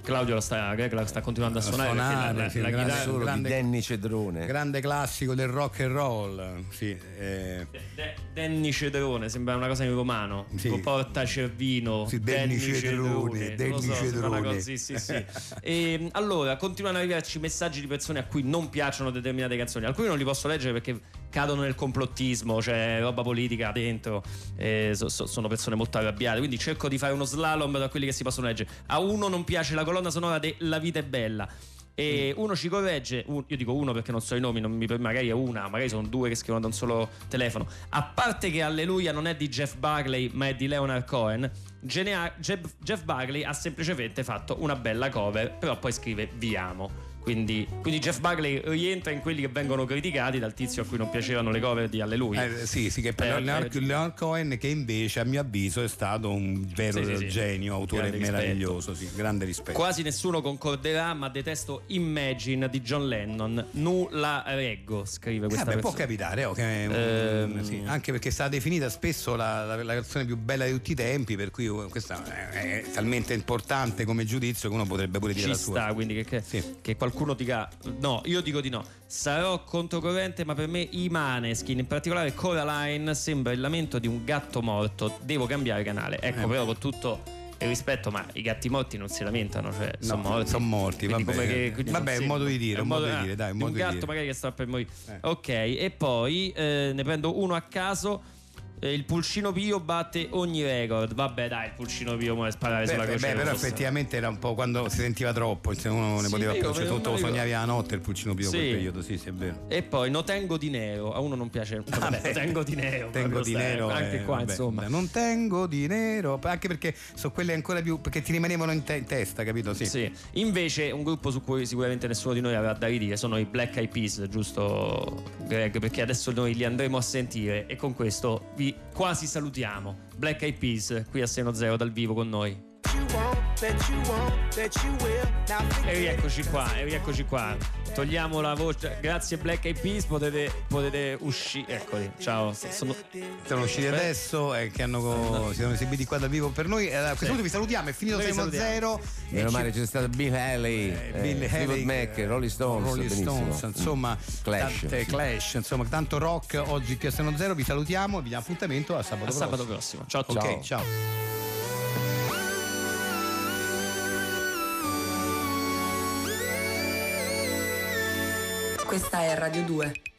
S4: Claudio la sta, Greg la sta continuando a suonare. perché la-
S2: sì,
S4: la,
S2: un grande
S4: chitarra-
S2: solo di
S3: Danny Cedrone.
S2: Grande classico del rock and roll. Sì, eh,
S4: De- Danny Cedrone sembra una cosa in romano tipo porta Cervino
S2: Sì, Danny Cedrone,
S4: lo so,
S2: Danny
S4: sembra una
S2: Cedrone.
S4: cosa- sì, sì, sì. E, allora continuano ad arrivarci messaggi di persone a cui non piacciono determinate canzoni alcuni non li posso leggere perché cadono nel complottismo c'è roba politica dentro eh, so- so- sono persone molto arrabbiate quindi cerco di fare uno slalom da quelli che si possono leggere a uno non piace la colonna sonora de La vita è bella E
S2: Mm.
S4: uno ci corregge, un- io dico uno perché non so i nomi, non mi- magari è una, magari sono due che scrivono da un solo telefono. A parte che Alleluia non è di Jeff Buckley, ma è di Leonard Cohen. Genea- Jeb- Jeff Buckley ha semplicemente fatto una bella cover, però poi scrive Vi amo. Quindi, quindi Jeff Buckley rientra in quelli che vengono criticati dal tizio a cui non piacevano le cover di Alleluia.
S2: Eh, sì, sì, che però
S4: Eh,
S2: Leonard,
S4: eh,
S2: Leonard Cohen che invece a mio avviso è stato un vero
S4: Sì, sì, sì.
S2: genio, autore
S4: Grande rispetto.
S2: meraviglioso, sì, grande rispetto.
S4: Quasi nessuno concorderà, ma detesto Imagine di John Lennon. Nulla reggo, scrive
S2: Eh,
S4: questa
S2: beh, può
S4: persona.
S2: capitare, oh, che-
S4: Ehm,
S2: sì, anche perché è stata definita spesso la, la- la canzone più bella di tutti i tempi, per cui eh, questa è, è talmente importante come giudizio che uno potrebbe pure dire
S4: Ci
S2: la sua.
S4: sta, quindi che, che- che qualcuno dica no, io dico di no. Sarò controcorrente, ma per me i Maneskin, in particolare Coraline, sembra il lamento di un gatto morto. Devo cambiare canale.
S2: Eh,
S4: Ecco, però con tutto il rispetto, ma i gatti morti non si lamentano, cioè
S2: No,
S4: sono morti.
S2: son morti,
S4: Quindi
S2: vabbè.
S4: come che- quindi
S2: Vabbè,
S4: non
S2: è un
S4: si-
S2: modo di dire,
S4: è
S2: un modo di dire, dai, un
S4: di un
S2: modo di
S4: gatto
S2: dire. Eh.
S4: magari che sta per morire. Ok, e poi eh, ne prendo uno a caso. Eh, Il pulcino Pio batte ogni record. Vabbè, dai, il pulcino Pio muore
S2: Beh,
S4: sparare eh, sulla
S2: beh,
S4: croce.
S2: però
S4: rossa.
S2: effettivamente era un po' quando si sentiva troppo, insomma, uno ne
S4: Sì,
S2: poteva
S4: vero,
S2: più, cioè,
S4: vero,
S2: tutto lo
S4: vero.
S2: sognava la notte il pulcino più
S4: Sì.
S2: quel periodo, sì, sì, è vero.
S4: E poi no tengo di nero, a uno non piace. Vabbè,
S2: Vabbè,
S4: tengo di nero.
S2: Ah, tengo
S4: proprio
S2: di
S4: sai,
S2: nero
S4: Anche
S2: eh,
S4: qua,
S2: vabbè,
S4: insomma.
S2: non tengo di nero anche perché sono quelle ancora più perché ti rimanevano in, te- in testa capito sì,
S4: Sì. Invece, un gruppo su cui sicuramente nessuno di noi avrà da ridire sono i Black Eyed Peas, giusto, Greg? Perché adesso noi li andremo a sentire e con questo vi quasi salutiamo. Black Eyed Peas qui a Seno Zero dal vivo con noi. E rieccoci qua, e rieccoci qua. Togliamo la voce. Grazie Black Eyed Peas, potete, potete uscire. Eccoli, ciao. Sono,
S2: sono usciti adesso e che hanno co- si sono esibiti qua dal vivo per noi Eh, a questo
S4: Sì.
S2: punto vi salutiamo è finito
S4: Noi vi
S2: 6 0
S3: Meno male c'è stato Bill Haley, eh,
S2: Eh, Bill
S3: Fleetwood
S2: Haley, eh,
S3: Mac, Rolling Stones,
S2: Rolling
S3: benissimo. Mm.
S2: Stones, insomma,
S3: Clash,
S2: tante
S3: sì.
S2: Clash, insomma, tanto rock oggi qui a Seno Zero. Vi salutiamo e vi diamo appuntamento a
S4: A
S2: sabato
S4: sabato
S2: prossimo.
S4: prossimo. Ciao a tutti.
S2: Ok, ciao.
S1: Questa è Radio 2.